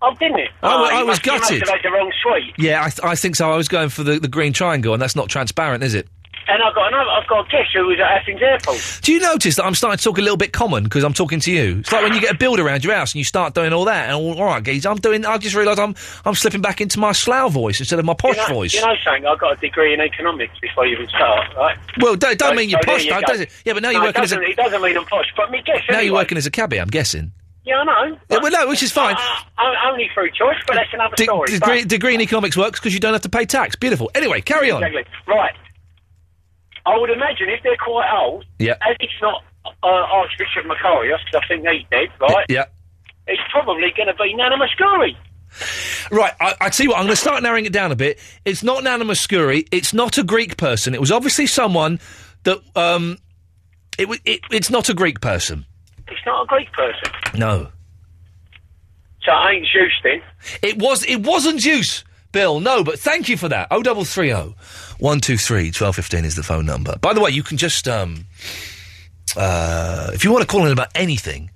Oh, didn't it? I wa- oh, I you was must- you must gutted. have had the wrong suite. Yeah, I, th- I think so. I was going for the, the green triangle, and that's not transparent, is it? And I've got another. I've got a guest who was at Athens Airport. Do you notice that I'm starting to talk a little bit common because I'm talking to you? It's like when you get a build around your house and you start doing all that. And all, all right, geez, I'm doing. I just realised I'm I'm slipping back into my slough voice instead of my posh you know, voice. You know something? I got a degree in economics before you even start, right? well, don't, don't So- mean you're so there posh, you though, go. does it? Yeah, but now No, you're it working as a doesn't- It doesn't mean I'm posh, but me guess now anyway. you're working as a cabbie. I'm guessing. Yeah, I know. Yeah, well, no, which is fine. I, only through choice, but that's another De- story. but- degree, degree in economics works because you don't have to pay tax. Beautiful. Anyway, carry on. Exactly. Right. I would imagine if they're quite old, Yeah. as it's not uh, Archbishop Macarius, 'cause I think he's dead, right? Yeah. It's probably going to be Nana Muscuri. Right, I, I tell you what, I'm going to start narrowing it down a bit. It's not Nana Muscuri. It's not a Greek person. It was obviously someone that. Um, it, wa- it It's not a Greek person. It's not a Greek person. No. So it ain't Zeus then. It was. It wasn't Zeus. Bill, no, but thank you for that. 0330 123 1215 is the phone number. By the way, you can just, um, uh, if you want to call in about anything,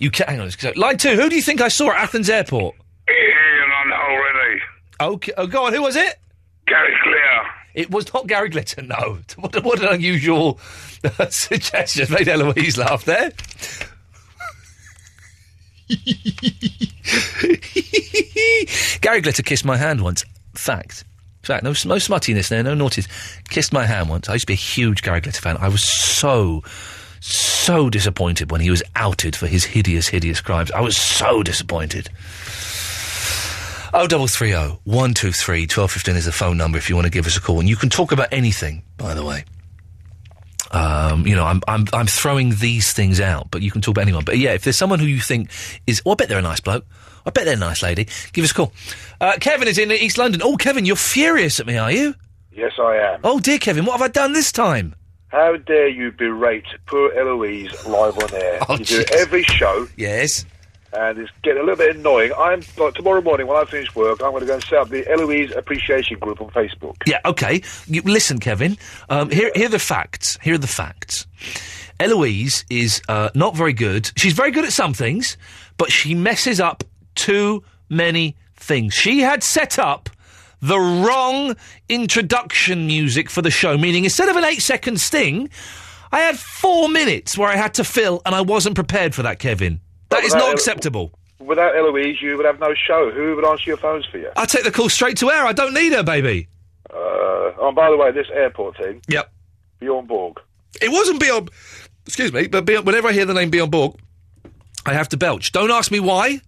you can. Hang on, let's go- line two, who do you think I saw at Athens airport? Ian on already. Okay, oh, go on, who was it? Gary Clear. It was not Gary Glitter, no. What, a- what an unusual uh, suggestion. Made Eloise laugh there. Gary Glitter kissed my hand once. Fact. Fact. No, no smuttiness there, no naughties. Kissed my hand once. I used to be a huge Gary Glitter fan. I was so, so disappointed when he was outed for his hideous, hideous crimes. I was so disappointed. Oh, 0330 123 1215 is the phone number if you want to give us a call. And you can talk about anything, by the way. Um, you know, I'm, I'm, I'm throwing these things out, but you can talk about anyone. But yeah, if there's someone who you think is, oh, I bet they're a nice bloke. I bet they're a nice lady. Give us a call. Uh, Kevin is in East London. Oh, Kevin, you're furious at me, are you? Yes, I am. Oh, dear, Kevin, what have I done this time? How dare you berate poor Eloise live on air? Oh, you jeez. do every show. Yes. And it's getting a little bit annoying. I'm like tomorrow morning when I finish work, I'm going to go and set up the Eloise Appreciation Group on Facebook. Yeah, okay. You, listen, Kevin. Um, here, here are the facts. Here are the facts. Eloise is uh, not very good. She's very good at some things, but she messes up too many things. She had set up the wrong introduction music for the show, meaning instead of an eight second sting, I had four minutes where I had to fill, and I wasn't prepared for that, Kevin. That is not acceptable. Without Eloise, you would have no show. Who would answer your phones for you? I take the call straight to air. I don't need her, baby. Uh, oh, and by the way, this airport thing, Yep. Bjorn Borg. It wasn't Bjorn. Excuse me, but Bjorn, whenever I hear the name Bjorn Borg, I have to belch. Don't ask me why.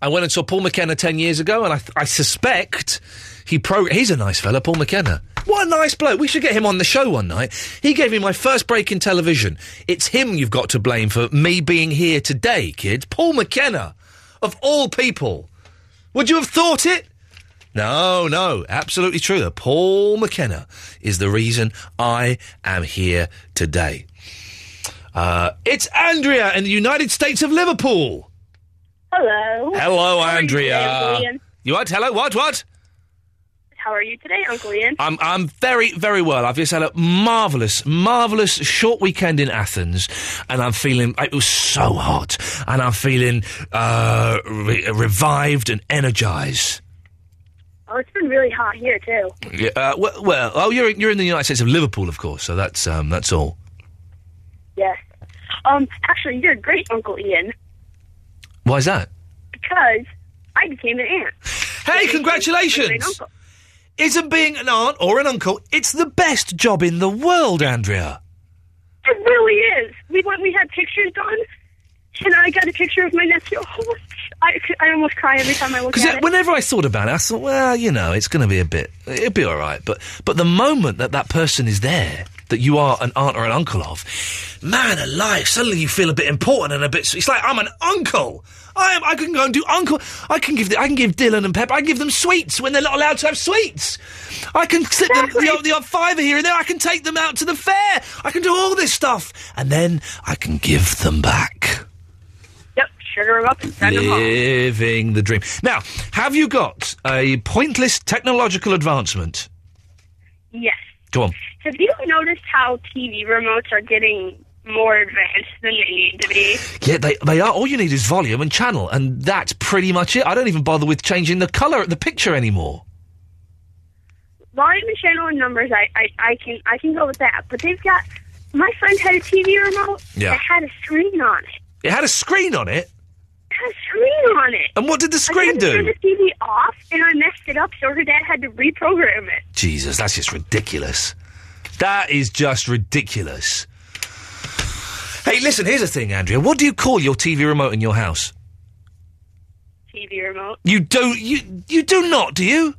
I went and saw Paul McKenna ten years ago, and I, I suspect he pro. He's a nice fella, Paul McKenna. What a nice bloke. We should get him on the show one night. He gave me my first break in television. It's him you've got to blame for me being here today, kids. Paul McKenna, of all people. Would you have thought it? No, no, absolutely true. Paul McKenna is the reason I am here today. Uh, it's Andrea in the United States of Liverpool. Hello. How Hello, are you today, Andrea. Uncle Ian? You what? Hello, what? What? How are you today, Uncle Ian? I'm I'm very very well. I've just had a marvelous marvelous short weekend in Athens, and I'm feeling it was so hot, and I'm feeling uh, re- revived and energized. Oh, it's been really hot here too. Yeah, uh, well, well, oh, you're you're in the United States of Liverpool, of course. So that's um, that's all. Yes. Um, actually, you're great, Uncle Ian, Why is that? because I became an aunt. Hey, congratulations! Isn't being an aunt or an uncle? It's the best job in the world, Andrea. It really is. We went. We had pictures done, and I got a picture of my nephew. Oh, I, I almost cry every time I look Because at it. whenever I thought about it, I thought, well, you know, it's going to be a bit, it'll be all right. But but the moment that that person is there, that you are an aunt or an uncle of, man alive, suddenly you feel a bit important and a bit. It's like I'm an uncle. I am, I can go and do uncle. I can give the, I can give Dylan and Pepper. I can give them sweets when they're not allowed to have sweets. I can slip them the, odd- the odd fiver here and there. I can take them out to the fair. I can do all this stuff, and then I can give them back. Yep, sugar 'em up and send 'em home. Living the dream. Now, have you got a pointless technological advancement? Yes. Go on. Have you noticed how TV remotes are getting more advanced than they need to be? Yeah, they, they are. All you need is volume and channel, and that's pretty much it. I don't even bother with changing the colour of the picture anymore. volume and channel and numbers I, I, I can I can go with that. But they've got my friend had a TV remote Yeah. that had a screen on it. It had a screen on it. It had a screen on it. And what did the I screen tried to turn do? the TV off and I messed it up so her dad had to reprogram it. Jesus, that's just ridiculous. That is just ridiculous. Hey, listen, here's the thing, Andrea. What do you call your TV remote in your house? TV remote. You do you you do not, do you?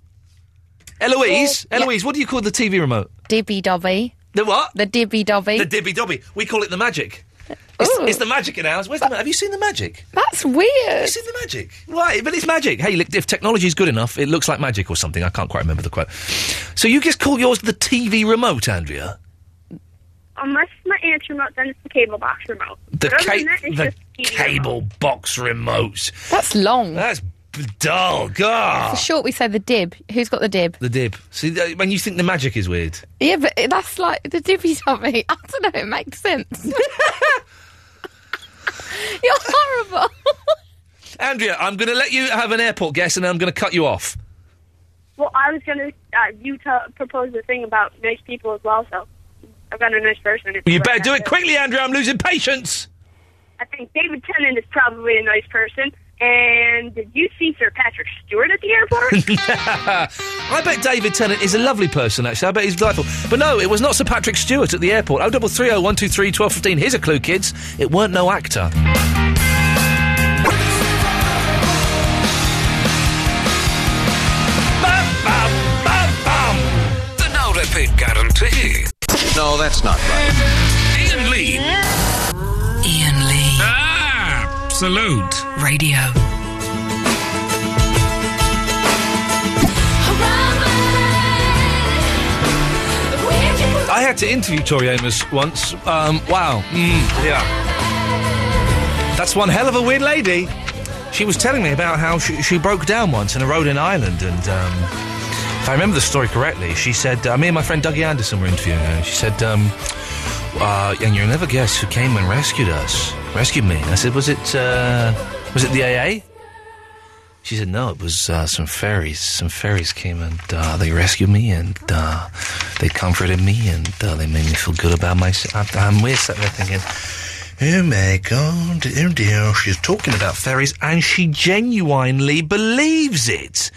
Eloise, Yeah. Eloise, what do you call the TV remote? Dibby dobby. The what? The dibby dobby. The dibby dobby. We call it the magic. It's, it's the magic in ours. Where's the ma- have you seen the magic? That's weird. Have you seen the magic? Right, but it's magic. Hey, look, if technology's good enough, it looks like magic or something. I can't quite remember the quote. So you just call yours the TV remote, Andrea? Unless it's my aunt's remote, then it's the cable box remote. The, but other ca- than that, it's the just TV remote. cable box remote. That's long. That's dull. God. For short, we say the dib. Who's got the dib? The dib. See, th- when you think the magic is weird. Yeah, but that's like the dibby something. I don't know. It makes sense. You're horrible. Andrea, I'm going to let you have an airport guess and then I'm going to cut you off. Well, I was gonna uh, you t- propose the thing about nice people as well, so I've got a nice person. You better do it quickly, Andrea. I'm losing patience. I think David Tennant is probably a nice person. And did you see Sir Patrick Stewart at the airport? I bet David Tennant is a lovely person, actually. I bet he's delightful. But no, it was not Sir Patrick Stewart at the airport. Oh, 0330 123 1215. Here's a clue, kids. It weren't no actor. The no repeat guarantee. No, that's not right. Ian Lee. Ian Lee. Absolute Radio. I had to interview Tori Amos once. Um, wow. Mm, yeah. That's one hell of a weird lady. She was telling me about how she, she broke down once in a road in Ireland, and um, if I remember the story correctly, she said, uh, "Me and my friend Dougie Anderson were interviewing her. and She said, um, uh, and you'll never guess who came and rescued us, rescued me." And I said, "Was it uh, was it the AA?" She said, "No, it was uh, some fairies. Some fairies came and uh, they rescued me, and uh, they comforted me, and uh, they made me feel good about myself." I'm, I'm weird sitting there thinking, "Oh my god, oh dear!" She's talking about fairies, and she genuinely believes it.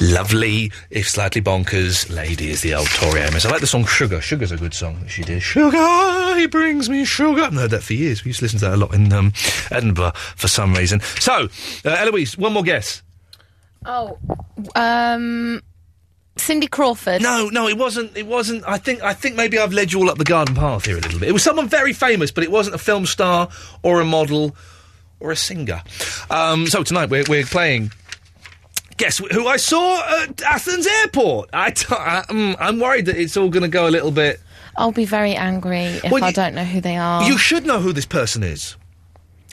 Lovely, if slightly bonkers, lady is the old Tori Amos. I like the song Sugar. Sugar's a good song that she did. Sugar, he brings me sugar. I've heard that for years. We used to listen to that a lot in um, Edinburgh for some reason. So, uh, Eloise, one more guess. Oh, um, Cindy Crawford. No, no, it wasn't. It wasn't. I think. I think maybe I've led you all up the garden path here a little bit. It was someone very famous, but it wasn't a film star or a model or a singer. Um, so tonight we're, we're playing. Guess wh- who I saw at Athens airport? I t- I, mm, I'm worried that it's all going to go a little bit. I'll be very angry if Well, I you- don't know who they are. You should know who this person is,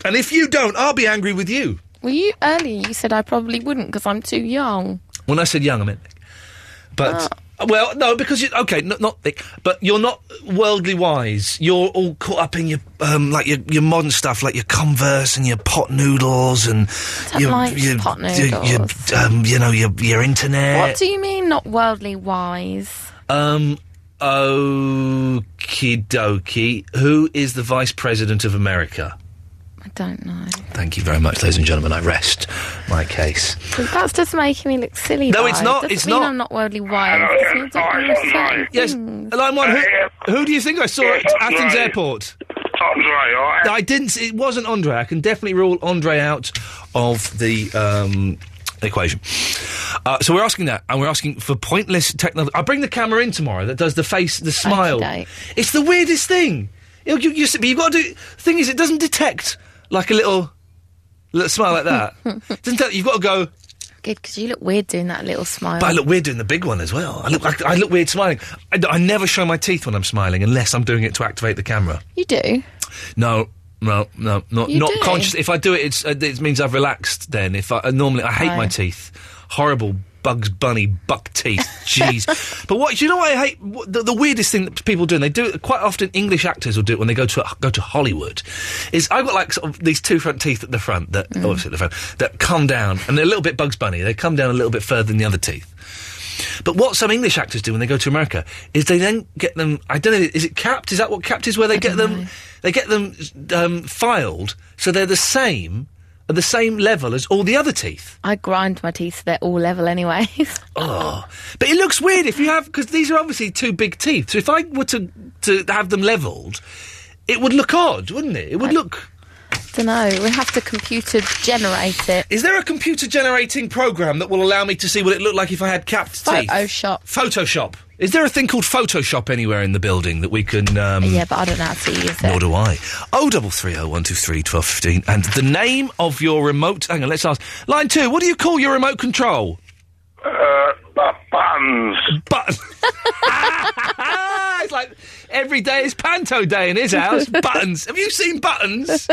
and if you don't, I'll be angry with you. well, you earlier you said I probably wouldn't because I'm too young. When I said young, I meant thick. But Ah. well, no, because you okay, not not thick, but you're not worldly wise. You're all caught up in your um, like your, your modern stuff, like your Converse and your pot noodles and don't your, like your, pot your, your, noodles. um, you know your your internet. what do you mean, not worldly wise? Um, okie dokie. Who is the vice president of America? I don't know. Thank you very much, ladies and gentlemen. I rest my case. But That's just making me look silly. No, it's though. not, Doesn't it's mean not. I'm not worldly wise. It means I don't know certain Yes, things. line one. Who, who do you think I saw at Andre. Athens Airport? Andre, I didn't. It wasn't Andre. I can definitely rule Andre out of the um, equation. Uh, so we're asking that, and we're asking for pointless technology. I'll bring the camera in tomorrow that does the face, the smile. It's the weirdest thing. It'll, you, you, but you've got to do. Thing is, it doesn't detect like a little, little smile like that. doesn't tell, you've got to go. Good, because you look weird doing that little smile. But I look weird doing the big one as well. I look, I, I look weird smiling. I, I never show my teeth when I'm smiling unless I'm doing it to activate the camera. you do. No, no, no, not You not do? conscious. If I do it, it's, uh, it means I've relaxed. Then if I uh, normally I hate my Right. teeth, horrible Bugs Bunny buck teeth. Jeez. but what do you know? What I hate what, the, the weirdest thing that people do, and they do it quite often. English actors will do it when they go to go to Hollywood. Is I've got like sort of these two front teeth at the front that Mm. obviously at the front that come down, and they're a little bit Bugs Bunny. They come down a little bit further than the other teeth. But what some English actors do when they go to America is they then get them. I don't know. Is it capped? Is that what capped is? Where they get them? They get them um, filed so they're the same at the same level as all the other teeth. I grind my teeth so they're all level anyway. Oh, but it looks weird if you have because these are obviously two big teeth. So if I were to to have them levelled, it would look odd, wouldn't it? It would look. don't know. We have to computer generate it. Is there a computer generating program that will allow me to see what it looked like if I had capped teeth? Photoshop. Photoshop. Is there a thing called Photoshop anywhere in the building that we can? Um, Yeah, but I don't know how to use it. Nor do I. Oh, double three oh one two three twelve fifteen. And the name of your remote. Hang on, let's ask. Line two. What do you call your remote control? Uh, bu- buttons. Buttons. It's like every day is Panto Day in his house. Buttons. Have you seen Buttons?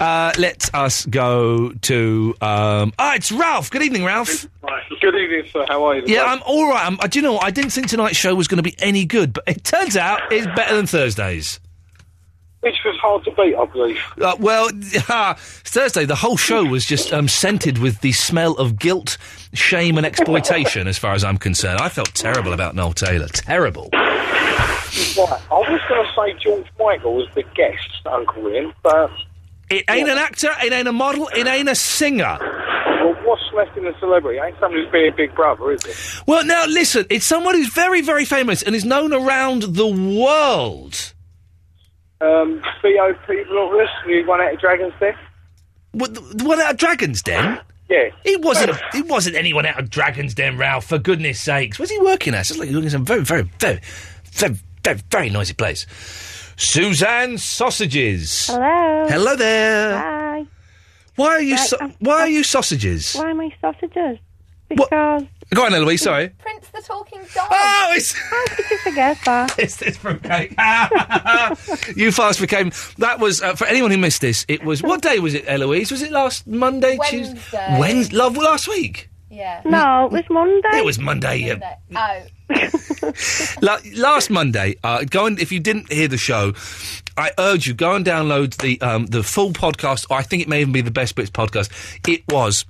Uh, let us go to. Um, ah, it's Ralph. Good evening, Ralph. Right. Good evening, sir. How are you? Yeah, I'm all right. I'm, uh, do you know what? I didn't think tonight's show was going to be any good, but it turns out it's better than Thursday's. Which was hard to beat, I believe. Uh, well, Thursday, the whole show was just um, scented with the smell of guilt, shame, and exploitation, as far as I'm concerned. I felt terrible about Noel Taylor. Terrible. Right. I was going to say George Michael was the guest Uncle Ian, but it ain't an actor, it ain't a model, it ain't a singer. well, what's left in the celebrity? Ain't somebody who's been a big brother, is it? Well, now listen, it's someone who's very, very famous and is known around the world. Um, Theo Peeblorus, the one out of Dragon's Den. What, the the one out of Dragon's Den? Yeah. It wasn't. It wasn't anyone out of Dragon's Den, Ralph. For goodness sakes, was he working at? It's like he was working at some very, very, very, very, very, very noisy place. Suzanne sausages. Hello. Hello there. Hi. Why are you? Right, so- I'm- why are you sausages? Why am I sausages? Because Go on, Eloise. Sorry. Prince the Talking Dog. Oh, it's. How could you forget that? It's this from Kate. you fast became. That was uh, for anyone who missed this. It was what day was it, Eloise? Was it last Monday, Tuesday, Wednesday. Wednesday? Love last week. Yeah. No, it was Monday. It was Monday. Yeah. Oh. La- last Monday, uh, go and if you didn't hear the show, I urge you go and download the um, the full podcast. Or I think it may even be the best bits podcast. It was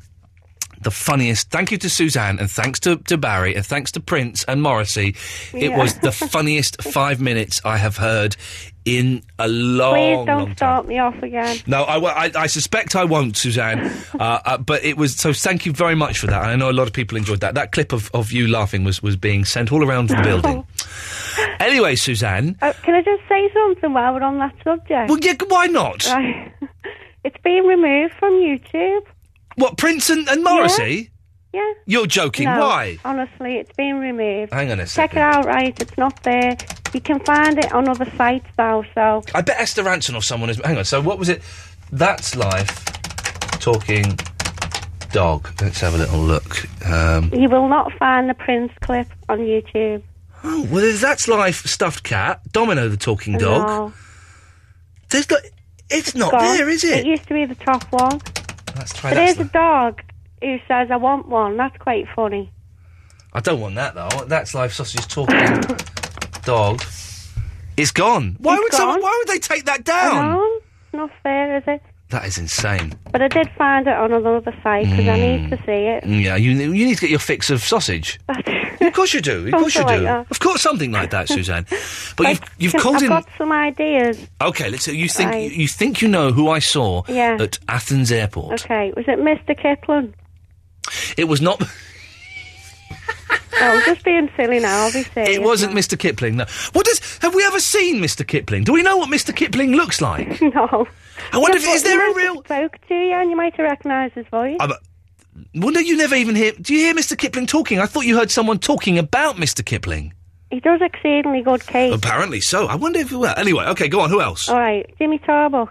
the funniest. Thank you to Suzanne and thanks to, to Barry and thanks to Prince and Morrissey. It Yeah. was the funniest five minutes I have heard in a long, Please Oh, long don't start me off again. no, I, w- I- I suspect I won't, Suzanne. uh, uh, but it was so. Thank you very much for that. I know a lot of people enjoyed that. That clip of, of you laughing was, was being sent all around the building. anyway, Suzanne, Uh, can I just say something while we're on that subject? Well, yeah, why not? Right. it's been removed from YouTube. what Prince and, and Morrissey? Yeah. You're joking. No, Why? Honestly, it's been removed. Hang on a Check second. it out, right? It's not there. You can find it on other sites now, so. I bet Esther Ranson or someone is. Hang on. So what was it? That's life. Talking dog. Let's have a little look. Um, You will not find the Prince clip on YouTube. oh, well, there's that's life. Stuffed cat. Domino the talking dog. No. There's not, it's, not gone. there, is it? It used to be the top one. Let's try that. But there's a dog who says, I want one. That's quite funny. I don't want that though. That's live sausage talking dog. It's gone. Why would someone? Why would they take that down? No, it's not fair, is it? That is insane. But I did find it on another site because I need Mm. to see it. Yeah, you you need to get your fix of sausage. of course you do. Of course you Something do. like that. Of course, something like that, Suzanne. But you've you've Can- called I've in. got some ideas. Okay, let's. You think Right. you think you know who I saw Yeah. at Athens airport? Okay, was it Mr. Kipling? It was not. No, Oh, I'm just being silly now, obviously. It wasn't Mr. Kipling. No. What does? Have we ever seen Mr. Kipling? Do we know what Mr. Kipling looks like? no. I wonder Just if is thought there you a might have real? spoke to you and you might have recognised his voice. I'm a- wonder you never even hear. Do you hear Mr. Kipling talking? I thought you heard someone talking about Mr. Kipling. He does exceedingly good cake. Apparently so. I wonder if you were. Anyway, okay, go on. Who else? All right, Jimmy Tarbuck.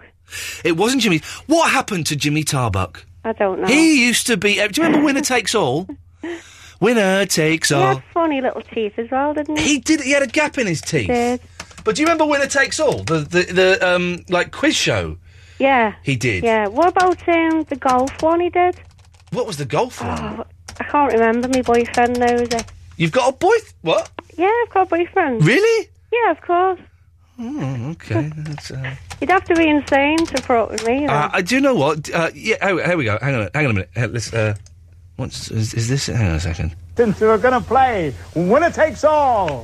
It wasn't Jimmy. What happened to Jimmy Tarbuck? I don't know. He used to be. uh, Do you remember Winner Takes All? Winner Takes He All. had funny little teeth as well, didn't he? He did. He had a gap in his teeth. did. But do you remember Winner Takes All? The the the um like quiz show. Yeah. He did. Yeah. What about um, the golf one he did? What was the golf one? I can't remember. My boyfriend knows it. You've got a boy. What? Yeah, I've got a boyfriend. Really? Yeah, of course. Oh, okay. That's, uh... You'd have to be insane to front with me. Uh, I do you know what. Uh, yeah, here, here we go. Hang on, a- hang on a minute. Uh, Let's. Uh, what's is, is this? Hang on a second. Since we're gonna play Winner Takes All.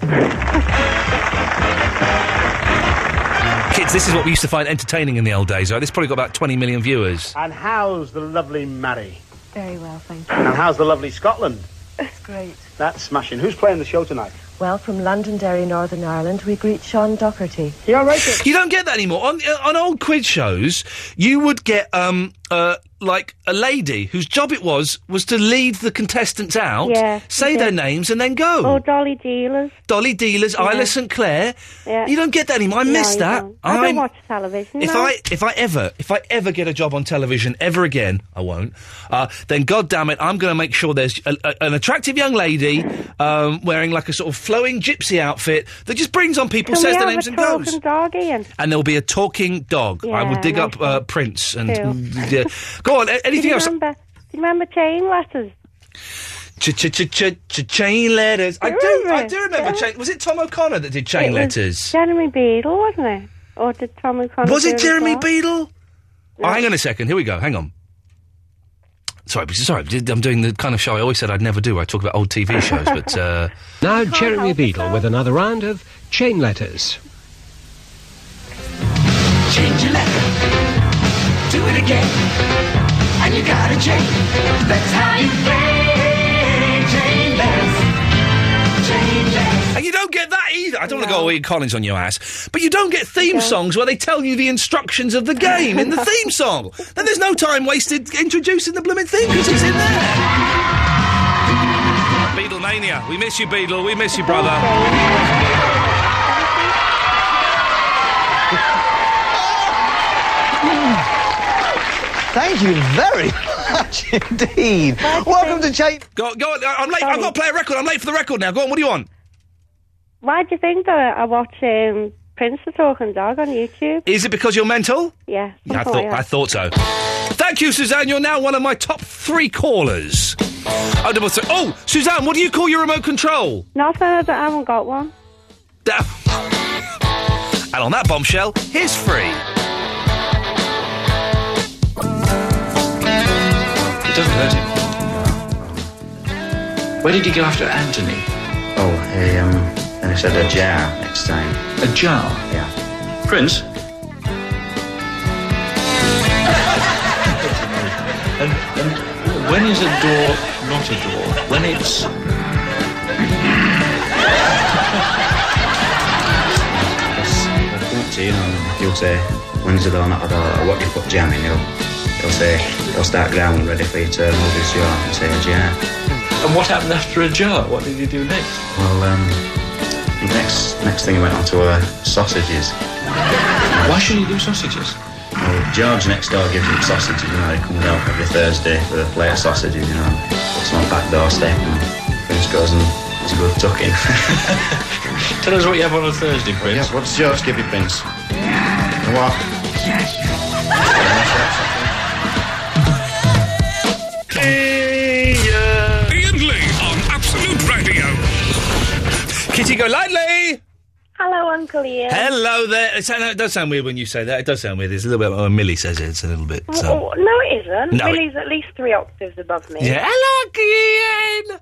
Kids, this is what we used to find entertaining in the old days. Right? This probably got about 20 million viewers. And how's the lovely Mary? Very well, thank And how's the lovely Scotland? That's great. That's smashing. Who's playing the show tonight? Well, from Londonderry, Northern Ireland, we greet Sean Docherty. You all right? You don't get that anymore. On uh, on old quiz shows, you would get um uh like a lady whose job it was was to lead the contestants out, Yeah, say she their did. names, and then go. Oh, Dolly Dealers. Dolly Dealers, Yeah. Isla St Clair. Yeah. You don't get that anymore. I No, miss you that. don't. I I'm- don't watch television. If no. I if I ever if I ever get a job on television ever again, I won't. Uh, then God damn it, I'm going to make sure there's a, a- an attractive young lady um, wearing like a sort of flowing gypsy outfit that just brings on people, Can says we their have names, a and talk goes. And dog, Ian? And there'll be a talking dog. I will Yeah, dig up uh, Prince and yeah. go on. a- Do Anything you else? remember? Do you remember chain letters? Ch ch ch ch ch chain letters. I do. Remember I it? do remember. Yeah. Chain, was it Tom O'Connor that did It chain was letters? Jeremy Beadle, wasn't it? Or did Tom O'Connor? Was it do as Jeremy well? Beadle? Oh, hang on a second. Here we go. Hang on. Sorry, but- sorry. I'm doing the kind of show I always said I'd never do. I talk about old TV shows, but uh... Now Jeremy Beadle with another round of chain letters. Change your letter. Do it again. And you gotta change. That's how you play. Chain letters. Chain letters. and you don't get that either. I don't want to go Ian Collins on your ass, but you don't get theme songs where they tell you the instructions of the game in the theme song. Then there's no time wasted introducing the blooming theme because it's in there. Beatlemania, we miss you, Beadle. We miss you, brother. Thank you very much indeed. Welcome to Chain. Go, go on. I- I'm late. I've got to play a record. I'm late for the record now. Go on. What do you want? Why do you think that I watch um, Prince the Talking Dog on YouTube? Is it because you're mental? Oh, Yeah. Yeah, I something thought, like I that. thought so. Thank you, Suzanne. You're now one of my top three callers. Oh, double three. Oh, Suzanne, what do you call your remote control? Nothing. I don't- I haven't got one. Da- and on that bombshell, here's free. It doesn't hurt him. Where did he go after Anthony? Oh, he, um, and he said a jar next time. A jar? Yeah. Prince? and, and when is a door not a door? When it's. So, you know, he'll say, when's the door not a door, or what do you put jam in, he'll, he'll say, he'll start growling ready for you to move his jaw and say a jar. And what happened after a jar? What did he do next? Well, um, next, next thing he went on to uh, sausages. Why should he do sausages? Well, George next door gives him sausages, you know, he comes out every Thursday for a plate of sausages, you know, puts them on back doorstep and Prince goes and has a good tucking. Tell us what you have on a Thursday, Prince. Yeah, what's George give you, Prince? What? Ian Lee on Absolute Radio. Kitty, go lightly. Hello, Uncle Ian. Hello there. It, sound, it does sound weird when you say that. It does sound weird. It's a little bit. Oh, Millie says it. It's a little bit. Oh, um, oh, no, it isn't. No, it- Millie's at least three octaves above me. Yeah, hello, Ian.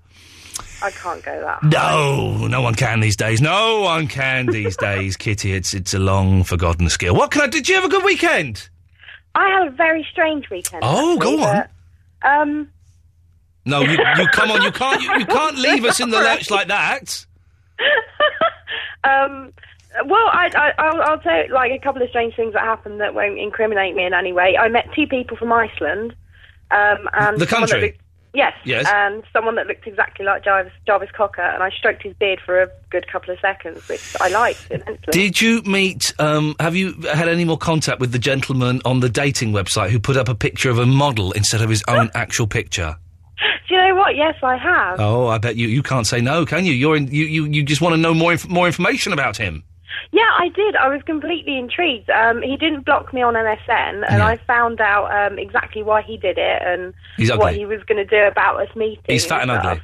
I can't go that. No, no one can these days. No one can these days, Kitty. It's it's a long forgotten skill. What can I? Did you have a good weekend? I had a very strange weekend. Oh, actually, go on. but, Um, No, you, you come on. You can't. You, you can't leave us in the lurch like that. um, well, I, I, I'll, I'll tell you, like a couple of strange things that happened that won't incriminate me in any way. I met two people from Iceland. Um, and The someone that country? looked- yes. Yes. And someone that looked exactly like Jarvis, Jarvis Cocker, and I stroked his beard for a good couple of seconds, which I liked immensely. Did you meet? Um, have you had any more contact with the gentleman on the dating website who put up a picture of a model instead of his own actual picture? Do you know what? Yes, I have. Oh, I bet you you can't say no, can you? You're in, you, you you just want to know more inf- more information about him. Yeah, I did. I was completely intrigued. Um, he didn't block me on MSN, and Yeah. I found out um, exactly why he did it and He's what ugly. he was going to do about us meeting. He's fat and ugly.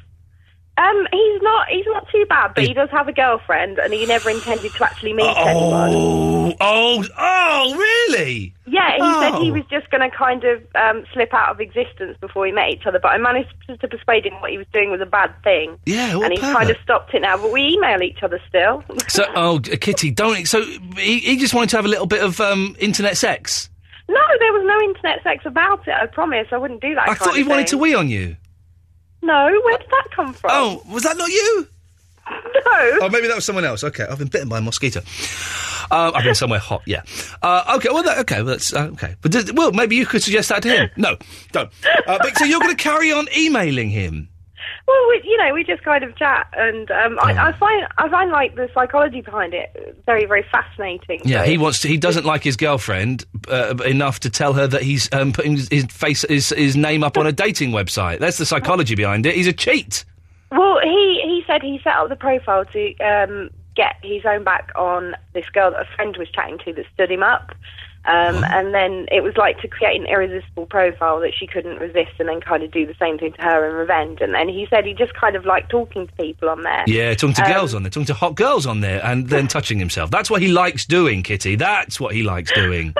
Um, he's not. He's not too bad, but he does have a girlfriend, and he never intended to actually meet anyone. Oh, oh, oh, really? Yeah, he said he Oh. was just going to kind of um, slip out of existence before we met each other. But I managed to, to persuade him what he was doing was a bad thing. Yeah, what and a he's kind of pervert. stopped it now. But we email each other still. So, oh, Kitty, don't. So, he, he just wanted to have a little bit of um, internet sex. No, there was no internet sex about it. I promise, I wouldn't do that. I kind thought he of wanted to thing. wee on you. No, where did that come from? Oh, was that not you? No. Oh, maybe that was someone else. Okay, I've been bitten by a mosquito. Uh, I've been somewhere hot, yeah. Uh, okay, well, that, okay, well, that's uh, okay. But does, well, maybe you could suggest that to him. No, don't. Uh, but so you're going to carry on emailing him. Well, we, you know, we just kind of chat, and um, Oh. I, I find I find like the psychology behind it very, very fascinating. Yeah, he wants to. He doesn't like his girlfriend uh, enough to tell her that he's um, putting his- his face, his, his name up on a dating website. That's the psychology behind it. He's a cheat. Well, he he said he set up the profile to um, get his own back on this girl that a friend was chatting to that stood him up. Um, and then it was like to create an irresistible profile that she couldn't resist, and then kind of do the same thing to her in revenge. And then he said he just kind of liked talking to people on there. Yeah, talking to Um, girls on there, talking to hot girls on there, and then touching himself. That's what he likes doing, Kitty. That's what he likes doing.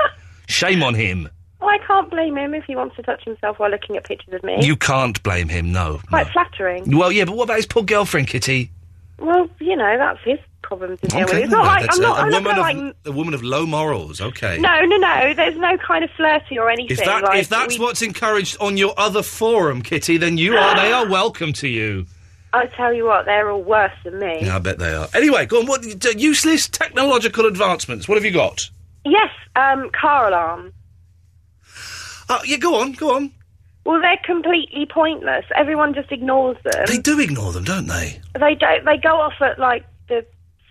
Shame on him. Well, I can't blame him if he wants to touch himself while looking at pictures of me. You can't blame him, no. Quite flattering. Well, yeah, but what about his poor girlfriend, Kitty? Well, you know that's his problem to deal with. It's not well, like that's I'm a- not. a, I'm not woman gonna, of, like a woman of low morals. Okay. No, no, no. There's no kind of flirty or anything. If that like, if that's we- what's encouraged on your other forum, Kitty, then you are they are welcome to you. I'll tell you what, they're all worse than me. Yeah, I bet they are. Anyway, go on. What d- useless technological advancements? What have you got? Yes, um, car alarm. Uh, yeah, go on, go on. Well, they're completely pointless. Everyone just ignores them. They do ignore them, don't they? They don't. They go off at like the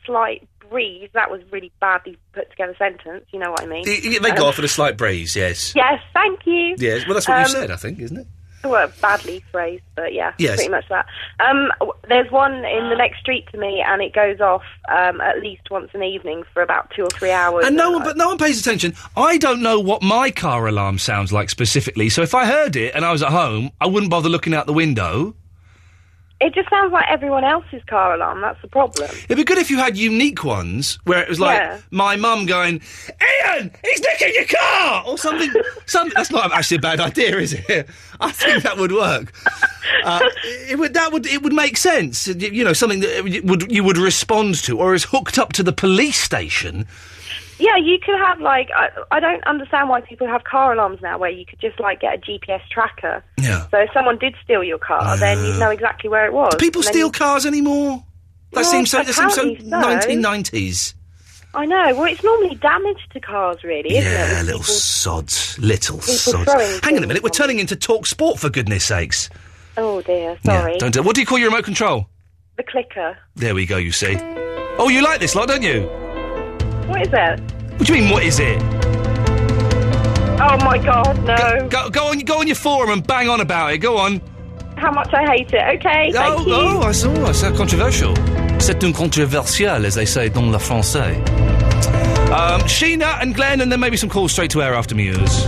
slight breeze. That was really badly put together sentence. You know what I mean? They, they Um, go off at a slight breeze. Yes. Yes, thank you. Yes. Well, that's what Um, you said, I think, isn't it? Well, badly phrased, but yeah, Yes. pretty much that. Um, w- there's one in the next street to me, and it goes off um, at least once an evening for about two or three hours. And no one, but no one pays attention. I don't know what my car alarm sounds like specifically. So if I heard it and I was at home, I wouldn't bother looking out the window. It just sounds like everyone else's car alarm. That's the problem. It'd be good if you had unique ones where it was like Yeah. my mum going, "Ian, he's nicking your car," or something. Some that's not actually a bad idea, is it? I think that would work. Uh, it would that would it would make sense. Y- You know, something that you would you would respond to, or is hooked up to the police station. Yeah, you could have like I, I don't understand why people have car alarms now, where you could just like get a GPS tracker. Yeah. So if someone did steal your car, then you'd know exactly where it was. Uh, Do people And then steal you- cars anymore? That Well, seems so. That seems so. apparently so. Nineteen nineties. I know. Well, it's normally damage to cars, really, isn't it? Yeah, With little sods, little people sods. throwing Hang on a minute, we're turning into talk sport for goodness sakes. people- Oh dear, sorry. Yeah, don't do- what do you call your remote control? The clicker. There we go, you see. Oh, you like this lot, don't you? What is it? What do you mean, what is it? Oh my god, no. Go, go, on, go on your forum and bang on about it. Go on. How much I hate it. Okay, oh, thank you. oh, I saw. I saw controversial. C'est un controversial, as they say dans le français. Um, Sheena and Glenn, and then maybe some calls straight to air after Muse.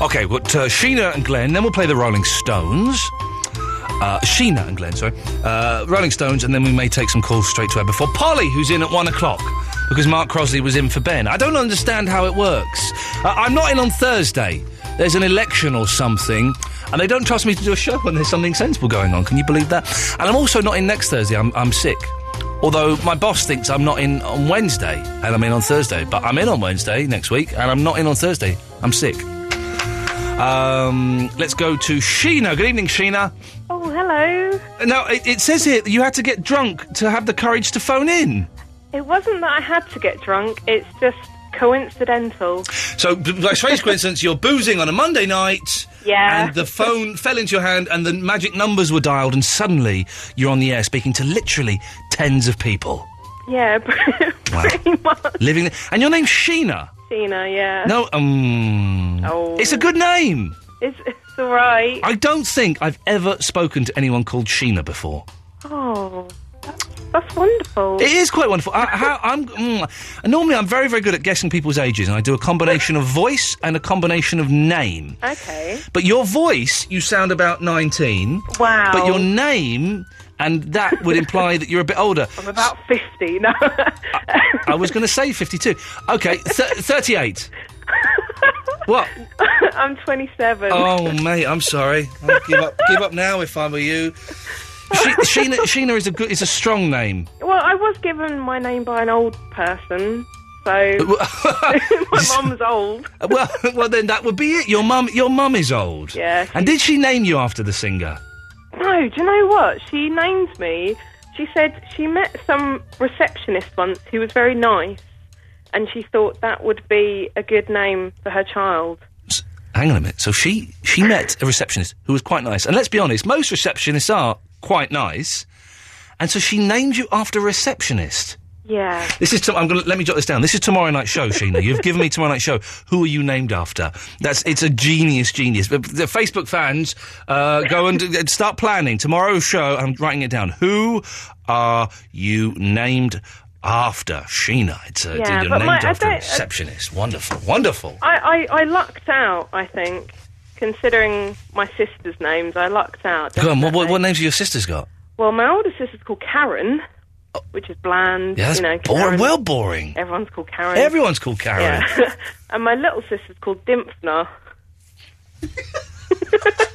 Okay, we've got uh, Sheena and Glenn, then we'll play the Rolling Stones. Uh, Sheena and Glenn, sorry. Uh, Rolling Stones, and then we may take some calls straight to her before Polly, who's in at one o'clock, because Mark Crosley was in for Ben. I don't understand how it works. Uh, I'm not in on Thursday. There's an election or something, and they don't trust me to do a show when there's something sensible going on. Can you believe that? And I'm also not in next Thursday. I'm, I'm sick. Although my boss thinks I'm not in on Wednesday, and I'm in on Thursday. But I'm in on Wednesday next week, and I'm not in on Thursday. I'm sick. Um, let's go to Sheena. Good evening, Sheena. Oh, hello. Now, it, it says here that you had to get drunk to have the courage to phone in. It wasn't that I had to get drunk, it's just coincidental. So, b- by strange coincidence, you're boozing on a Monday night. Yeah. And the phone fell into your hand, and the magic numbers were dialed, and suddenly you're on the air speaking to literally tens of people. Yeah, Wow. Living, and your name's Sheena. Christina, yeah. No, um, Oh. it's a good name. It's, it's alright. I don't think I've ever spoken to anyone called Sheena before. Oh, that's, that's wonderful. It is quite wonderful. I, how, I'm mm, normally I'm very very good at guessing people's ages, and I do a combination of voice and a combination of name. Okay. But your voice, you sound about nineteen. Wow. But your name, and that would imply that you're a bit older. I'm about 50 now. I was going to say fifty-two. Okay, th- thirty-eight. what? I'm 27. Oh mate, I'm sorry. I'll give up. Give up now if I were you. She, Sheena, Sheena is a good, is a strong name. Well, I was given my name by an old person, so so my mum's old. Uh, well, well, then that would be it. Your mum, your mum is old. Yeah. And did she name you after the singer? No, do you know what? She named me. She said she met some receptionist once who was very nice, and she thought that would be a good name for her child. Hang on a minute. So she she met a receptionist who was quite nice. And let's be honest, most receptionists are quite nice. And so she named you after a receptionist. Yeah. This is. To, I'm going to let me jot this down. This is tomorrow night's show, Sheena. You've given me tomorrow night's show. Who are you named after? That's. It's a genius, genius. But the Facebook fans, uh, go and uh, start planning tomorrow's show. I'm writing it down. Who are you named after, Sheena? It's a, Yeah, you're but named my- I after a don't- uh, I- receptionist. Wonderful, wonderful. I, I, I lucked out. I think, considering my sister's names, I lucked out. Go on. What, what, what names have your sisters got? Well, my older sister's called Karen, which is bland. Yeah, that's you know, boring. Karen. Well, boring. Everyone's called Karen. Everyone's called Karen. Yeah. and my little sister's called Dimpfner.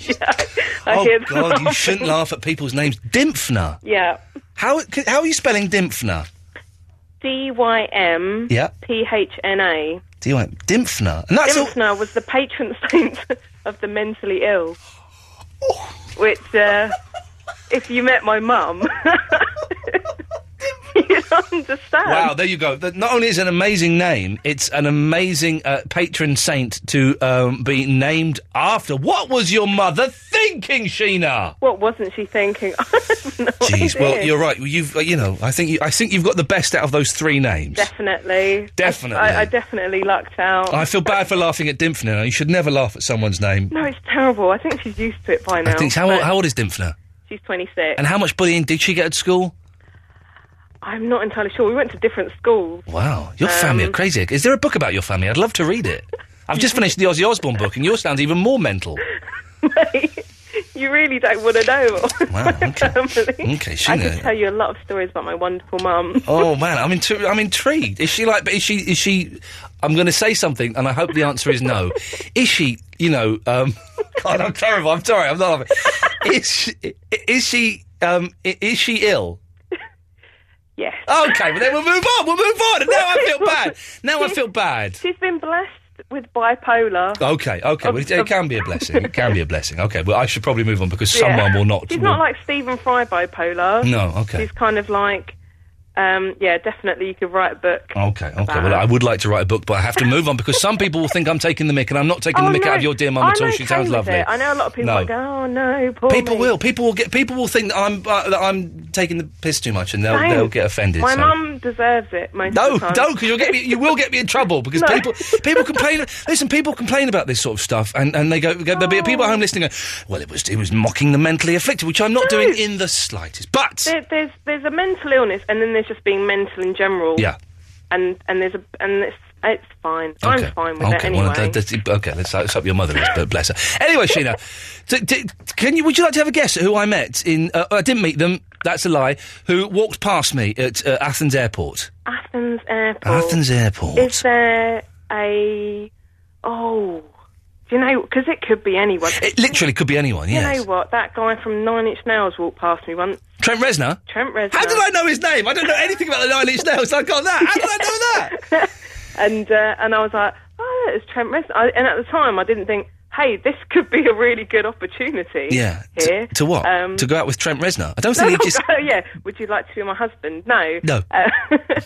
yeah, I, I oh hear them God, you laughing. shouldn't laugh at people's names. Dimpfner. Yeah. How c- how are you spelling Dimpfner? D Y M Yeah. P H N A. Do you want Dimpfner? And that's all. Dimpfner was the patron saint of the mentally ill. Oh. Which, uh, if you met my mum, you'd understand. Wow, there you go. That not only is it an amazing name, it's an amazing uh, patron saint to um, be named after. What was your mother thinking, Sheena? What wasn't she thinking? Jeez, idea. well, you're right. You've, uh, you know, I think you, I think you've got the best out of those three names. Definitely. Definitely. I, I definitely lucked out. I feel bad for laughing at Dimpfner. You should never laugh at someone's name. No, it's terrible. I think she's used to it by now. I think how old, but how old is Dimpfner? She's 26. And how much bullying did she get at school? I'm not entirely sure. We went to different schools. Wow, your family are Um, crazy. Is there a book about your family? I'd love to read it. I've just finished the Ozzy Osbourne book, and yours sounds even more mental. You really don't want to know. Wow, okay. Okay, I Sheena. could tell you a lot of stories about my wonderful mum. Oh man, I'm intu- I'm intrigued. Is she like? Is she? Is she? I'm going to say something, and I hope the answer is no. Is she? You know, um, God, I'm terrible. I'm sorry. I'm not. Laughing. Is she? Is she? Um, i- is she ill? Yes. Okay, well then we'll move on. We'll move on. And now I feel bad. Now I feel bad. She's been blessed with bipolar. Okay, okay. Well, it, it can be a blessing. It can be a blessing. Okay, well I should probably move on because Yeah. someone will not. She's will- not like Stephen Fry bipolar. No, okay. She's kind of like, um, yeah, definitely you could write a book. Okay, okay. Well, I would like to write a book, but I have to move on because some people will think I'm taking the mick, and I'm not taking Oh, the mick no. out of your dear mum I'm at all. okay She sounds with lovely. it. I know a lot of people No. might go, oh no, poor People me." will. People will get. People will think that I'm uh, that I'm taking the piss too much, and they'll Thanks. they'll get offended. My so. mum deserves it. Most No, of the time. no, because you'll get me. You will get me in trouble because No. people people complain. Listen, people complain about this sort of stuff, and, and they go. go there'll be people at home listening. Go, well, it was it was mocking the mentally afflicted, which I'm not doing in the slightest. But There, there's there's a mental illness, and then there's just being mental in general. yeah, and and there's a and it's it's fine. okay. I'm fine with okay, it anyway. well, that- that's- okay, let's, let's hope your mother is, but bless her. Anyway, Sheena, t- t- can you? Would you like to have a guess at who I met? In uh, I didn't meet them. That's a lie. Who walked past me at uh, Athens Airport? Athens Airport. Athens Airport. Is there a oh? Do you know? Because it could be anyone. It literally could be anyone. you Yes. know what? That guy from Nine Inch Nails walked past me once. Trent Reznor. Trent Reznor. How did I know his name? I don't know anything about the Nine Inch Nails. I got that. How did I know that? and uh, and I was like, oh, it's Trent Reznor. I, and at the time, I didn't think, hey, this could be a really good opportunity. Yeah. t- Here to what? Um, to go out with Trent Reznor? I don't think no, he just. no, yeah. Would you like to be my husband? No. No. Uh,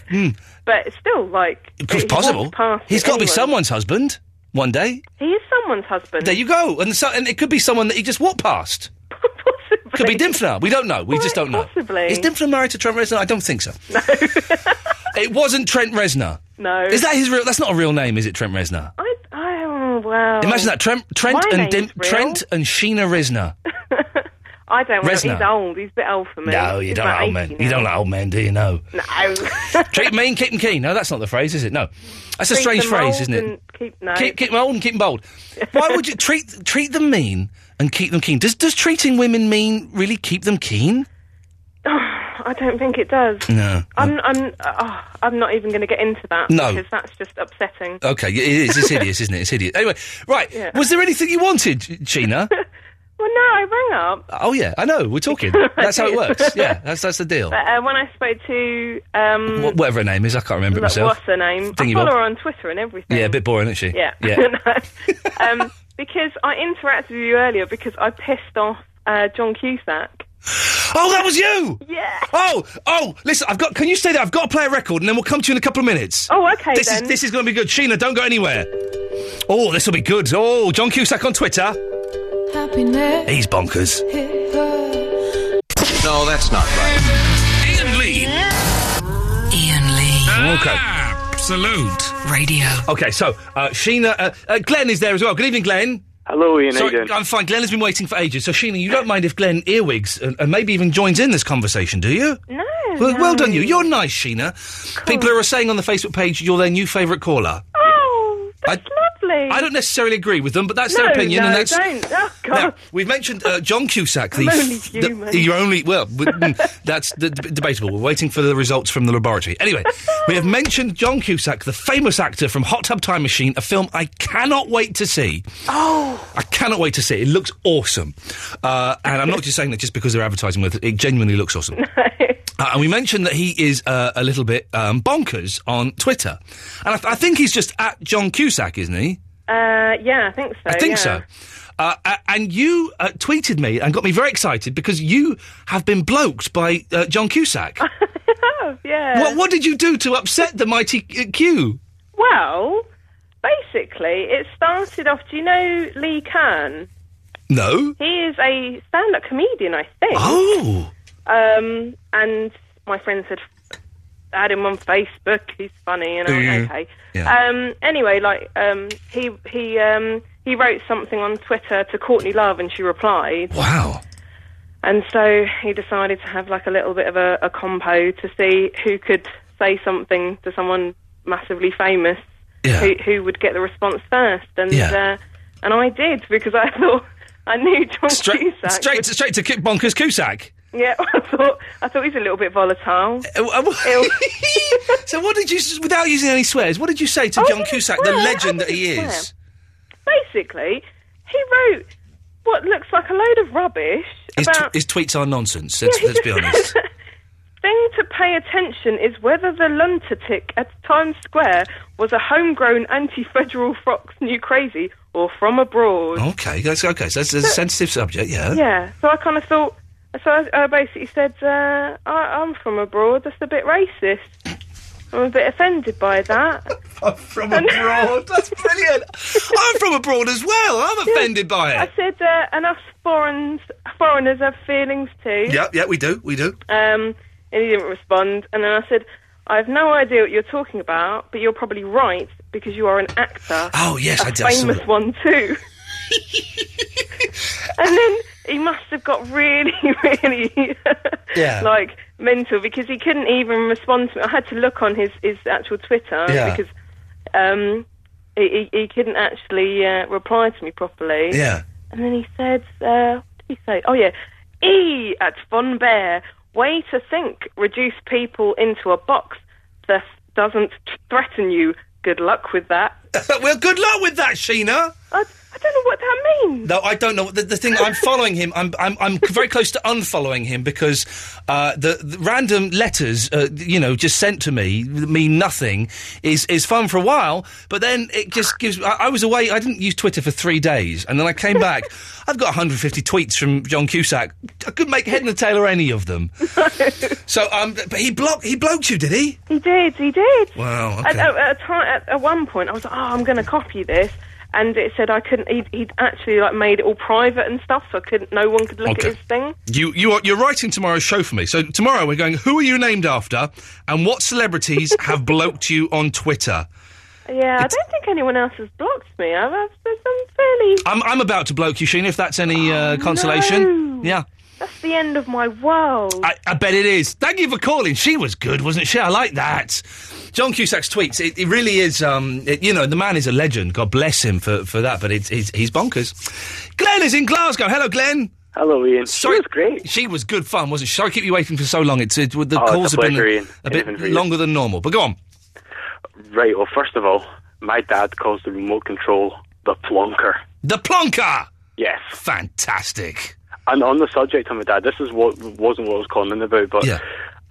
but it's still, like, Of course, he possible. walked past He's me got to be anyway. someone's husband one day. He is someone's husband. There you go. And so, and it could be someone that he just walked past. Possibly. Could be Dimfner. We don't know. We just don't know. Possibly. Is Dimfner married to Trent Reznor? I don't think so. No. it wasn't Trent Reznor. No. Is that his real? That's not a real name, is it? Trent Reznor. I, I, oh, well. Imagine that. Trent, Trent My and name's Dim- real. Trent and Sheena Reznor. I don't want Reznor. He's old. He's a bit old for me. No, you He's don't about like old 80 men. You don't like old men, do you? No. now. No. Treat 'em mean, keep 'em keen. No, that's not the phrase, is it? No, that's a Treat strange them phrase, old isn't it? and Keep, no. Keep keep 'em old and keep 'em bold. Why would you treat treat them mean and keep them keen? Does does treating women mean really keep them keen? I don't think it does. No. I'm, I'm, oh, I'm not even going to get into that No. because that's just upsetting. Okay, it is. It's hideous, isn't it? It's hideous. Anyway, right. Yeah. Was there anything you wanted, Sheena? Well, no, I rang up. Oh yeah, I know. We're talking. That's how it works. Yeah, that's that's the deal. But, uh, when I spoke to um, Wh- Whatever her name is, I can't remember it Like, myself. What's her name? I Thingy follow Bob. her on Twitter and everything. Yeah, a bit boring, isn't she? Yeah. Yeah. um, because I interacted with you earlier because I pissed off uh, John Cusack. Oh, that was you. Yeah. Oh, oh, listen, I've got. Can you stay there? I've got to play a record, and then we'll come to you in a couple of minutes. Oh, okay This then. is this is going to be good. Sheena, don't go anywhere. Oh, this will be good. Oh, John Cusack on Twitter. Happiness. He's bonkers. No, that's not right. Ian Lee. Ian Lee. Ah, Okay. Absolute radio. Okay, so uh, Sheena, uh, uh, Glenn is there as well. Good evening, Glenn. Hello, Ian. How Sorry, you doing? I'm fine. Glenn has been waiting for ages. So, Sheena, you don't mind if Glenn earwigs and, and maybe even joins in this conversation, do you? No. Well, no. well done, you. You're nice, Sheena. People are saying on the Facebook page you're their new favourite caller. Oh, that's lovely. I don't necessarily agree with them, but that's no, their opinion, no, and that's don't. Oh, God. now, we've mentioned uh, John Cusack. The, I'm only f- human. the- you're only well. w- mm, that's d- d- debatable. We're waiting for the results from the laboratory. Anyway, we have mentioned John Cusack, the famous actor from Hot Tub Time Machine, a film I cannot wait to see. Oh. I cannot wait to see it. It looks awesome, uh, and I'm not just saying that just because they're advertising with it. It genuinely looks awesome. Uh, and we mentioned that he is uh, a little bit um, bonkers on Twitter, and I, th- I think he's just at John Cusack, isn't he? Uh, yeah, I think so. I think yeah. so. Uh, a- and you uh, tweeted me and got me very excited because you have been bloked by uh, John Cusack. Oh, yeah. what, what did you do to upset the mighty uh, Q? Well, basically, it started off. Do you know Lee Kern? No. He is a stand-up comedian, I think. Oh. Um, and my friend said, add him on Facebook. He's funny, and I went, Yeah. okay. Yeah. Um, anyway, like um, he he um, he wrote something on Twitter to Courtney Love, and she replied. Wow. And so he decided to have like a little bit of a, a compo to see who could say something to someone massively famous, who, who would get the response first. And Yeah. uh, and I did because I thought I knew John Straight, Cusack. straight, to, straight to Kick Bonkers Cusack. Yeah, I thought I thought he's a little bit volatile. Uh, so what did you, s- without using any swears, what did you say to Oh, I John didn't Cusack, swear. the I legend that didn't he swear. is? Basically, he wrote what looks like a load of rubbish His, t- about his tweets are nonsense. Let's, Yeah, he let's be honest. just- thing to pay attention is whether the lunatic at Times Square was a homegrown anti-federal Fox New crazy or from abroad. Okay, that's okay. So that's a So- sensitive subject. Yeah. Yeah, so I kind of thought. So I, I basically said, uh, I, I'm from abroad. That's a bit racist. I'm a bit offended by that. I'm from abroad. That's brilliant. I'm from abroad as well. I'm offended by I it. said, uh, and us foreigners, foreigners have feelings too. Yeah, yeah, we do, we do. Um, and he didn't respond. And then I said, I have no idea what you're talking about, but you're probably right because you are an actor. Oh, yes, a I did- I saw famous that. one too. and then he must have got really, really Yeah. like mental because he couldn't even respond to me. I had to look on his his actual Twitter Yeah. because um, he, he he couldn't actually uh, reply to me properly. Yeah. And then he said, uh, what did he say? Oh, yeah. E at Von Bear. Way to think. Reduce people into a box that doesn't th- threaten you. Good luck with that. well, good luck with that, Sheena. I, I don't know what that means. No, I don't know. The, the thing I'm following him. I'm I'm I'm very close to unfollowing him because uh, the, the random letters, uh, you know, just sent to me mean nothing. Is is fun for a while, but then it just gives. I, I was away. I didn't use Twitter for three days, and then I came back. I've got 150 tweets from John Cusack. I couldn't make head nor tail or any of them. So um, but he blocked. He blocked you, did he? He did, he did. Wow. At, Okay. at, at, a ti- at, at one point, I was like, oh, I'm going to copy this. And it said I couldn't. He'd, he'd actually like made it all private and stuff, so I couldn't. No one could look Okay. at his thing. You you are you're writing tomorrow's show for me. So tomorrow we're going. Who are you named after? And what celebrities have bloked you on Twitter? Yeah, I don't think anyone else has blocked me. I've, I've I'm fairly. I'm I'm about to bloke you, Sheena. If that's any uh, consolation. Yeah. That's the end of my world. I, I bet it is. Thank you for calling. She was good, wasn't she? I like that. John Cusack's tweets. It, it really is. Um, it- you know, the man is a legend. God bless him for, for that. But it's, it's he's bonkers. Glenn is in Glasgow. Hello, Glenn. Hello, Ian. Sorry, she was great. She was good fun, wasn't she? Sorry, I keep you waiting for so long. It's it, the Oh, it's calls a have been pleasure, a, Ian. a Anything bit for you. longer than normal. But go on. Right, well, first of all, my dad calls the remote control the plonker. The plonker! Yes. Fantastic. and on the subject of my dad, this is what wasn't what I was calling in about, but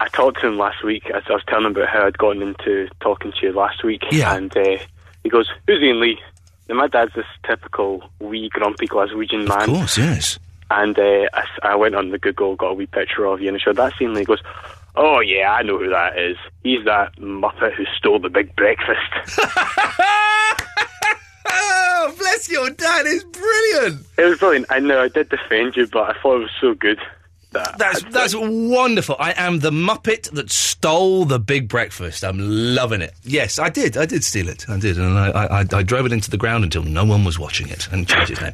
I talked to him last week. I, I was telling him about how I'd gotten into talking to you last week, Yeah. and uh, he goes, "Who's Ian Lee?" And my dad's this typical wee grumpy Glaswegian man. Of course, yes. And uh, I, s- I went on the Google, got a wee picture of you, and I showed that scene. And he goes, "Oh yeah, I know who that is. He's that muppet who stole the big breakfast." Oh, bless your dad. It's brilliant. it was brilliant. I know I did defend you, but I thought it was so good. That That's that's wonderful. I am the Muppet that stole the Big Breakfast. I'm loving it. Yes, I did. I did steal it. I did, and I I, I, I drove it into the ground until no one was watching it and changed its name.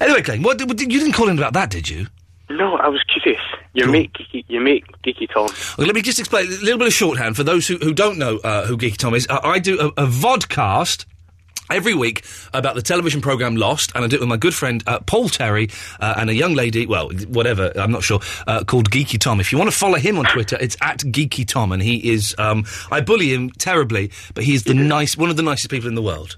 anyway, Glenn, what, did- what did- you didn't call in about that, did you? No, I was curious. You make geeky, you make geeky Tom. Okay, let me just explain a little bit of shorthand for those who, who don't know uh, who Geeky Tom is. Uh, I do a, a vodcast. Every week about the television program Lost, and I do it with my good friend uh, Paul Terry uh, and a young lady, well, whatever, I'm not sure, uh, called Geeky Tom. If you want to follow him on Twitter, it's at Geeky Tom, and he is, um, I bully him terribly, but he's Mm-hmm. the nice, one of the nicest people in the world.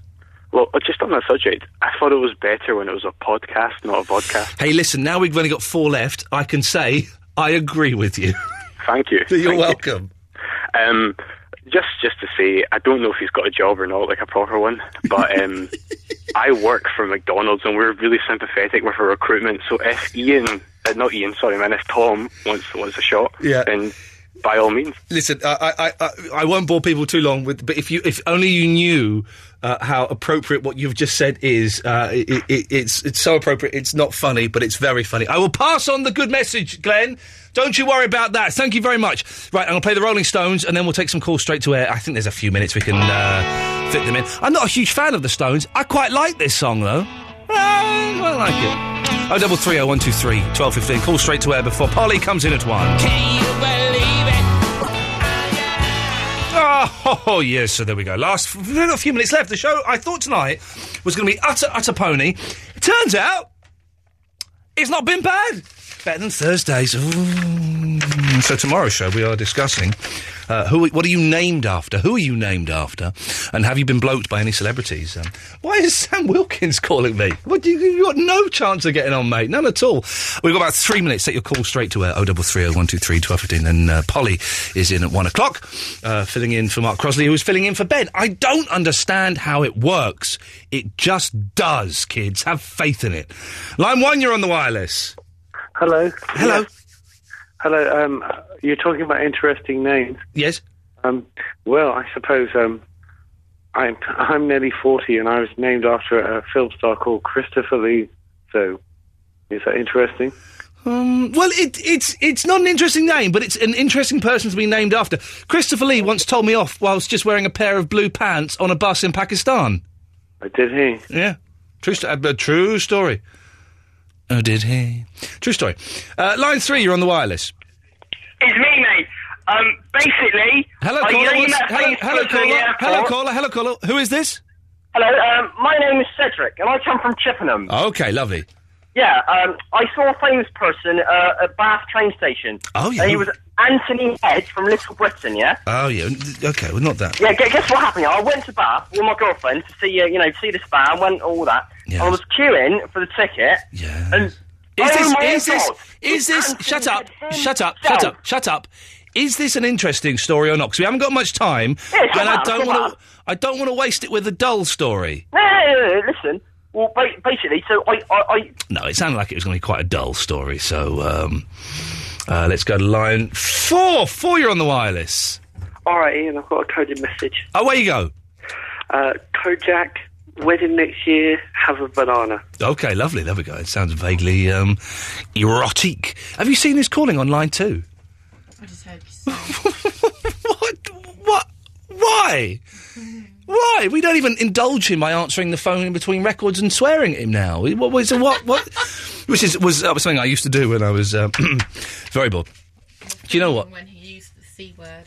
Well, just on that subject, I thought it was better when it was a podcast, not a vodcast. Hey, listen, now we've only got four left, I can say I agree with you. Thank you. You're Thank welcome. Um, just just to say, I don't know if he's got a job or not, like a proper one. But um, I work for McDonald's, and we're really sympathetic with our recruitment. So if Ian, uh, not Ian, sorry, man, if Tom wants wants a shot, Yeah. then by all means. Listen, I, I, I, I won't bore people too long with, but if you, if only you knew uh, how appropriate what you've just said is. Uh, it, it, it's, it's so appropriate. It's not funny, but it's very funny. I will pass on the good message, Glenn. Don't you worry about that. Thank you very much. Right, I'm going to play the Rolling Stones, and then we'll take some calls straight to air. I think there's a few minutes we can uh, fit them in. I'm not a huge fan of the Stones. I quite like this song though. I quite like it. Oh, double three, oh, one, two, three, twelve, fifteen. Call straight to air before Polly comes in at one. Oh, oh, yes, so there we go. Last we've only got a few minutes left. The show I thought tonight was going to be utter utter pony. It turns out it's not been bad. Better than Thursdays. Ooh. So tomorrow's show we are discussing uh, who. What are you named after? Who are you named after? And have you been bloated by any celebrities? Um, why is Sam Wilkins calling me? What do you, you got no chance of getting on, mate. None at all. We've got about three minutes. Take your call straight to uh, 0330 123 1215. And uh, Polly is in at one o'clock, uh, filling in for Mark Crosley, who's filling in for Ben. I don't understand how it works. It just does, kids. Have faith in it. Line one, you're on the wireless. Hello. Hello. Hello. Um, you're talking about interesting names. Yes. Um, well, I suppose um, I'm I'm nearly forty, and I was named after a film star called Christopher Lee. So, is that interesting? Um, well, it, it's it's not an interesting name, but it's an interesting person to be named after. Christopher Lee once told me off whilst just wearing a pair of blue pants on a bus in Pakistan. I did he? Yeah, true, sto- a, a true story. Oh, did he? True story. Uh, line three, you're on the wireless. It's me, mate. Um, basically. Hello, I caller. emailed What's- hello, Facebook hello, to caller. the Hello, airport. caller. Hello, caller. Who is this? Hello, um, my name is Cedric, and I come from Chippenham. Okay, lovely. Yeah, um, I saw a famous person uh, at Bath train station. Oh, yeah. And he was Anthony Head from Little Britain, yeah? Oh, yeah. n- Okay, well, not that. Yeah, gu- guess what happened? I went to Bath with my girlfriend to see, uh, you know, see the spa, and went all that. I was queuing for the ticket. Yeah. And Is oh this? my Is this? God, Is this? Shut up! Shut up! Shut himself. up! Shut up! Is this an interesting story or not? Because we haven't got much time, Yeah, shut and I up, don't shut want to. up. I don't want to waste it with a dull story. No, no, no, no, listen. Well, ba- basically, so I, I, I No, it sounded like it was going to be quite a dull story. So um, uh, let's go to line four. Four, you're on the wireless. All right, Ian. I've got a coded message. Oh, where you go? Uh, Kojak wedding next year. Have a banana. Okay, lovely. There we go. It sounds vaguely um, erotic. Have you seen who's calling on line two? I just heard you. what? What? Why? Why? We don't even indulge him by answering the phone in between records and swearing at him now. What? What? so what, what which is was that was something I used to do when I was um, very bored. Do you know what? When he used the C word.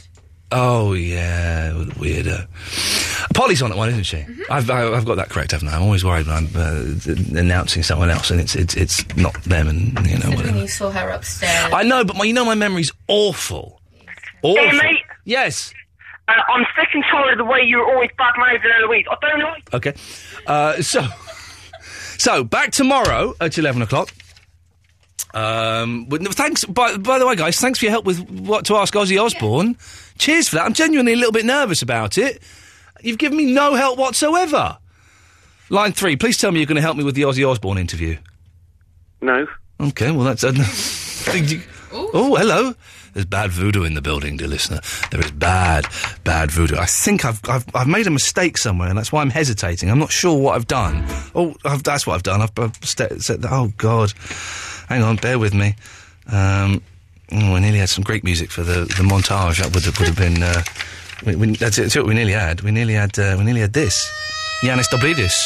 Oh yeah, with the weirdo. Polly's on that one, isn't she? Mm-hmm. I've I, I've got that correct, haven't I? I'm always worried when I'm uh, th- announcing someone else and it's it's it's not them and you know whatever. When you saw her upstairs. I know, but my you know my memory's awful. Awful. Hey, mate. Yes. Uh, I'm sick and tired of the way you're always bad mouthing Eloise. I don't like. Okay. Uh, so so back tomorrow at eleven o'clock. Um, but no, thanks. By, by the way, guys, thanks for your help with what to ask Ozzy Osbourne. Cheers for that. I'm genuinely a little bit nervous about it. You've given me no help whatsoever. Line three, please tell me you're going to help me with the Ozzy Osbourne interview. No. Okay, well that's. Uh, oh, hello. There's bad voodoo in the building, dear listener. There is bad, bad voodoo. I think I've, I've, I've made a mistake somewhere, and that's why I'm hesitating. I'm not sure what I've done. Oh, I've, that's what I've done. I've, I've st- said, oh God, hang on, bear with me. Um, oh, I nearly had some Greek music for the, the montage. That would have, would have been. Uh, we, we, that's, it, that's what we nearly had. We nearly had. Uh, we nearly had this. Yanis Doblidis.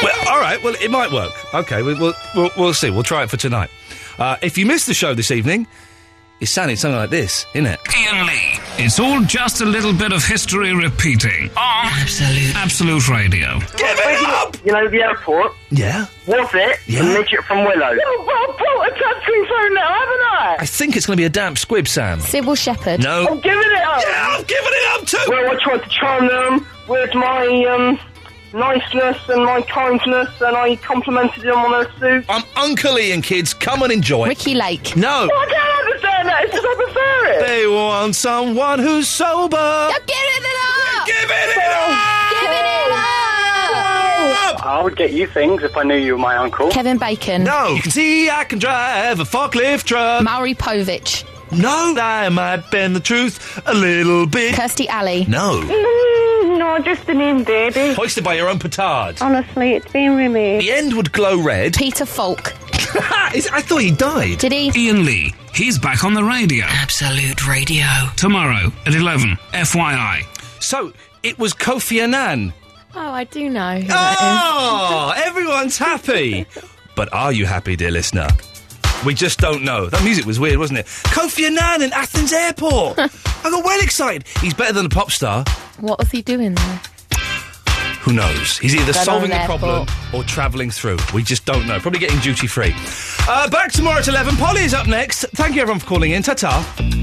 Well, all right. Well, it might work. Okay, we, we'll, we'll we'll see. We'll try it for tonight. Uh, if you missed the show this evening, it sounded something like this, innit? Ian Lee. It's all just a little bit of history repeating on Absolute, Absolute Radio. Give it up! You know, the airport. Yeah. Was it Yeah. the midget from Willow? Well, I've bought a touchscreen phone now, haven't I? I think it's going to be a damp squib, Sam. Sybil Shepherd. No. I'm giving it up. Yeah, I'm giving it up too. Well, I tried to charm them with my um, niceness and my kindness, and I complimented them on their suit. I'm Uncle Ian, kids. Come and enjoy. Ricky Lake. No. I don't understand that. It's because I prefer it. They want someone who's sober. Give it up! Give it up! Give it up! I would get you things if I knew you were my uncle. Kevin Bacon. No. You can see I can drive a forklift truck. Maury Povich. No. I might bend the truth a little bit. Kirsty Alley. No. Mm, no, just the name, baby. Hoisted by your own petard. Honestly, it's been removed. The end would glow red. Peter Falk. Is- I thought he died. Did he? Ian Lee. He's back on the radio. Absolute Radio. Tomorrow at 11. FYI. So it was Kofi Annan. Oh, I do know. Who Oh, everyone's happy. But are you happy, dear listener? We just don't know. That music was weird, wasn't it? Kofi Annan in Athens Airport. I got well excited. He's better than a pop star. that is. What was he doing there? Who knows? He's either Better solving the than problem or travelling through. We just don't know. Probably getting duty free. Uh, back tomorrow at 11. Polly is up next. Thank you, everyone, for calling in. Ta ta.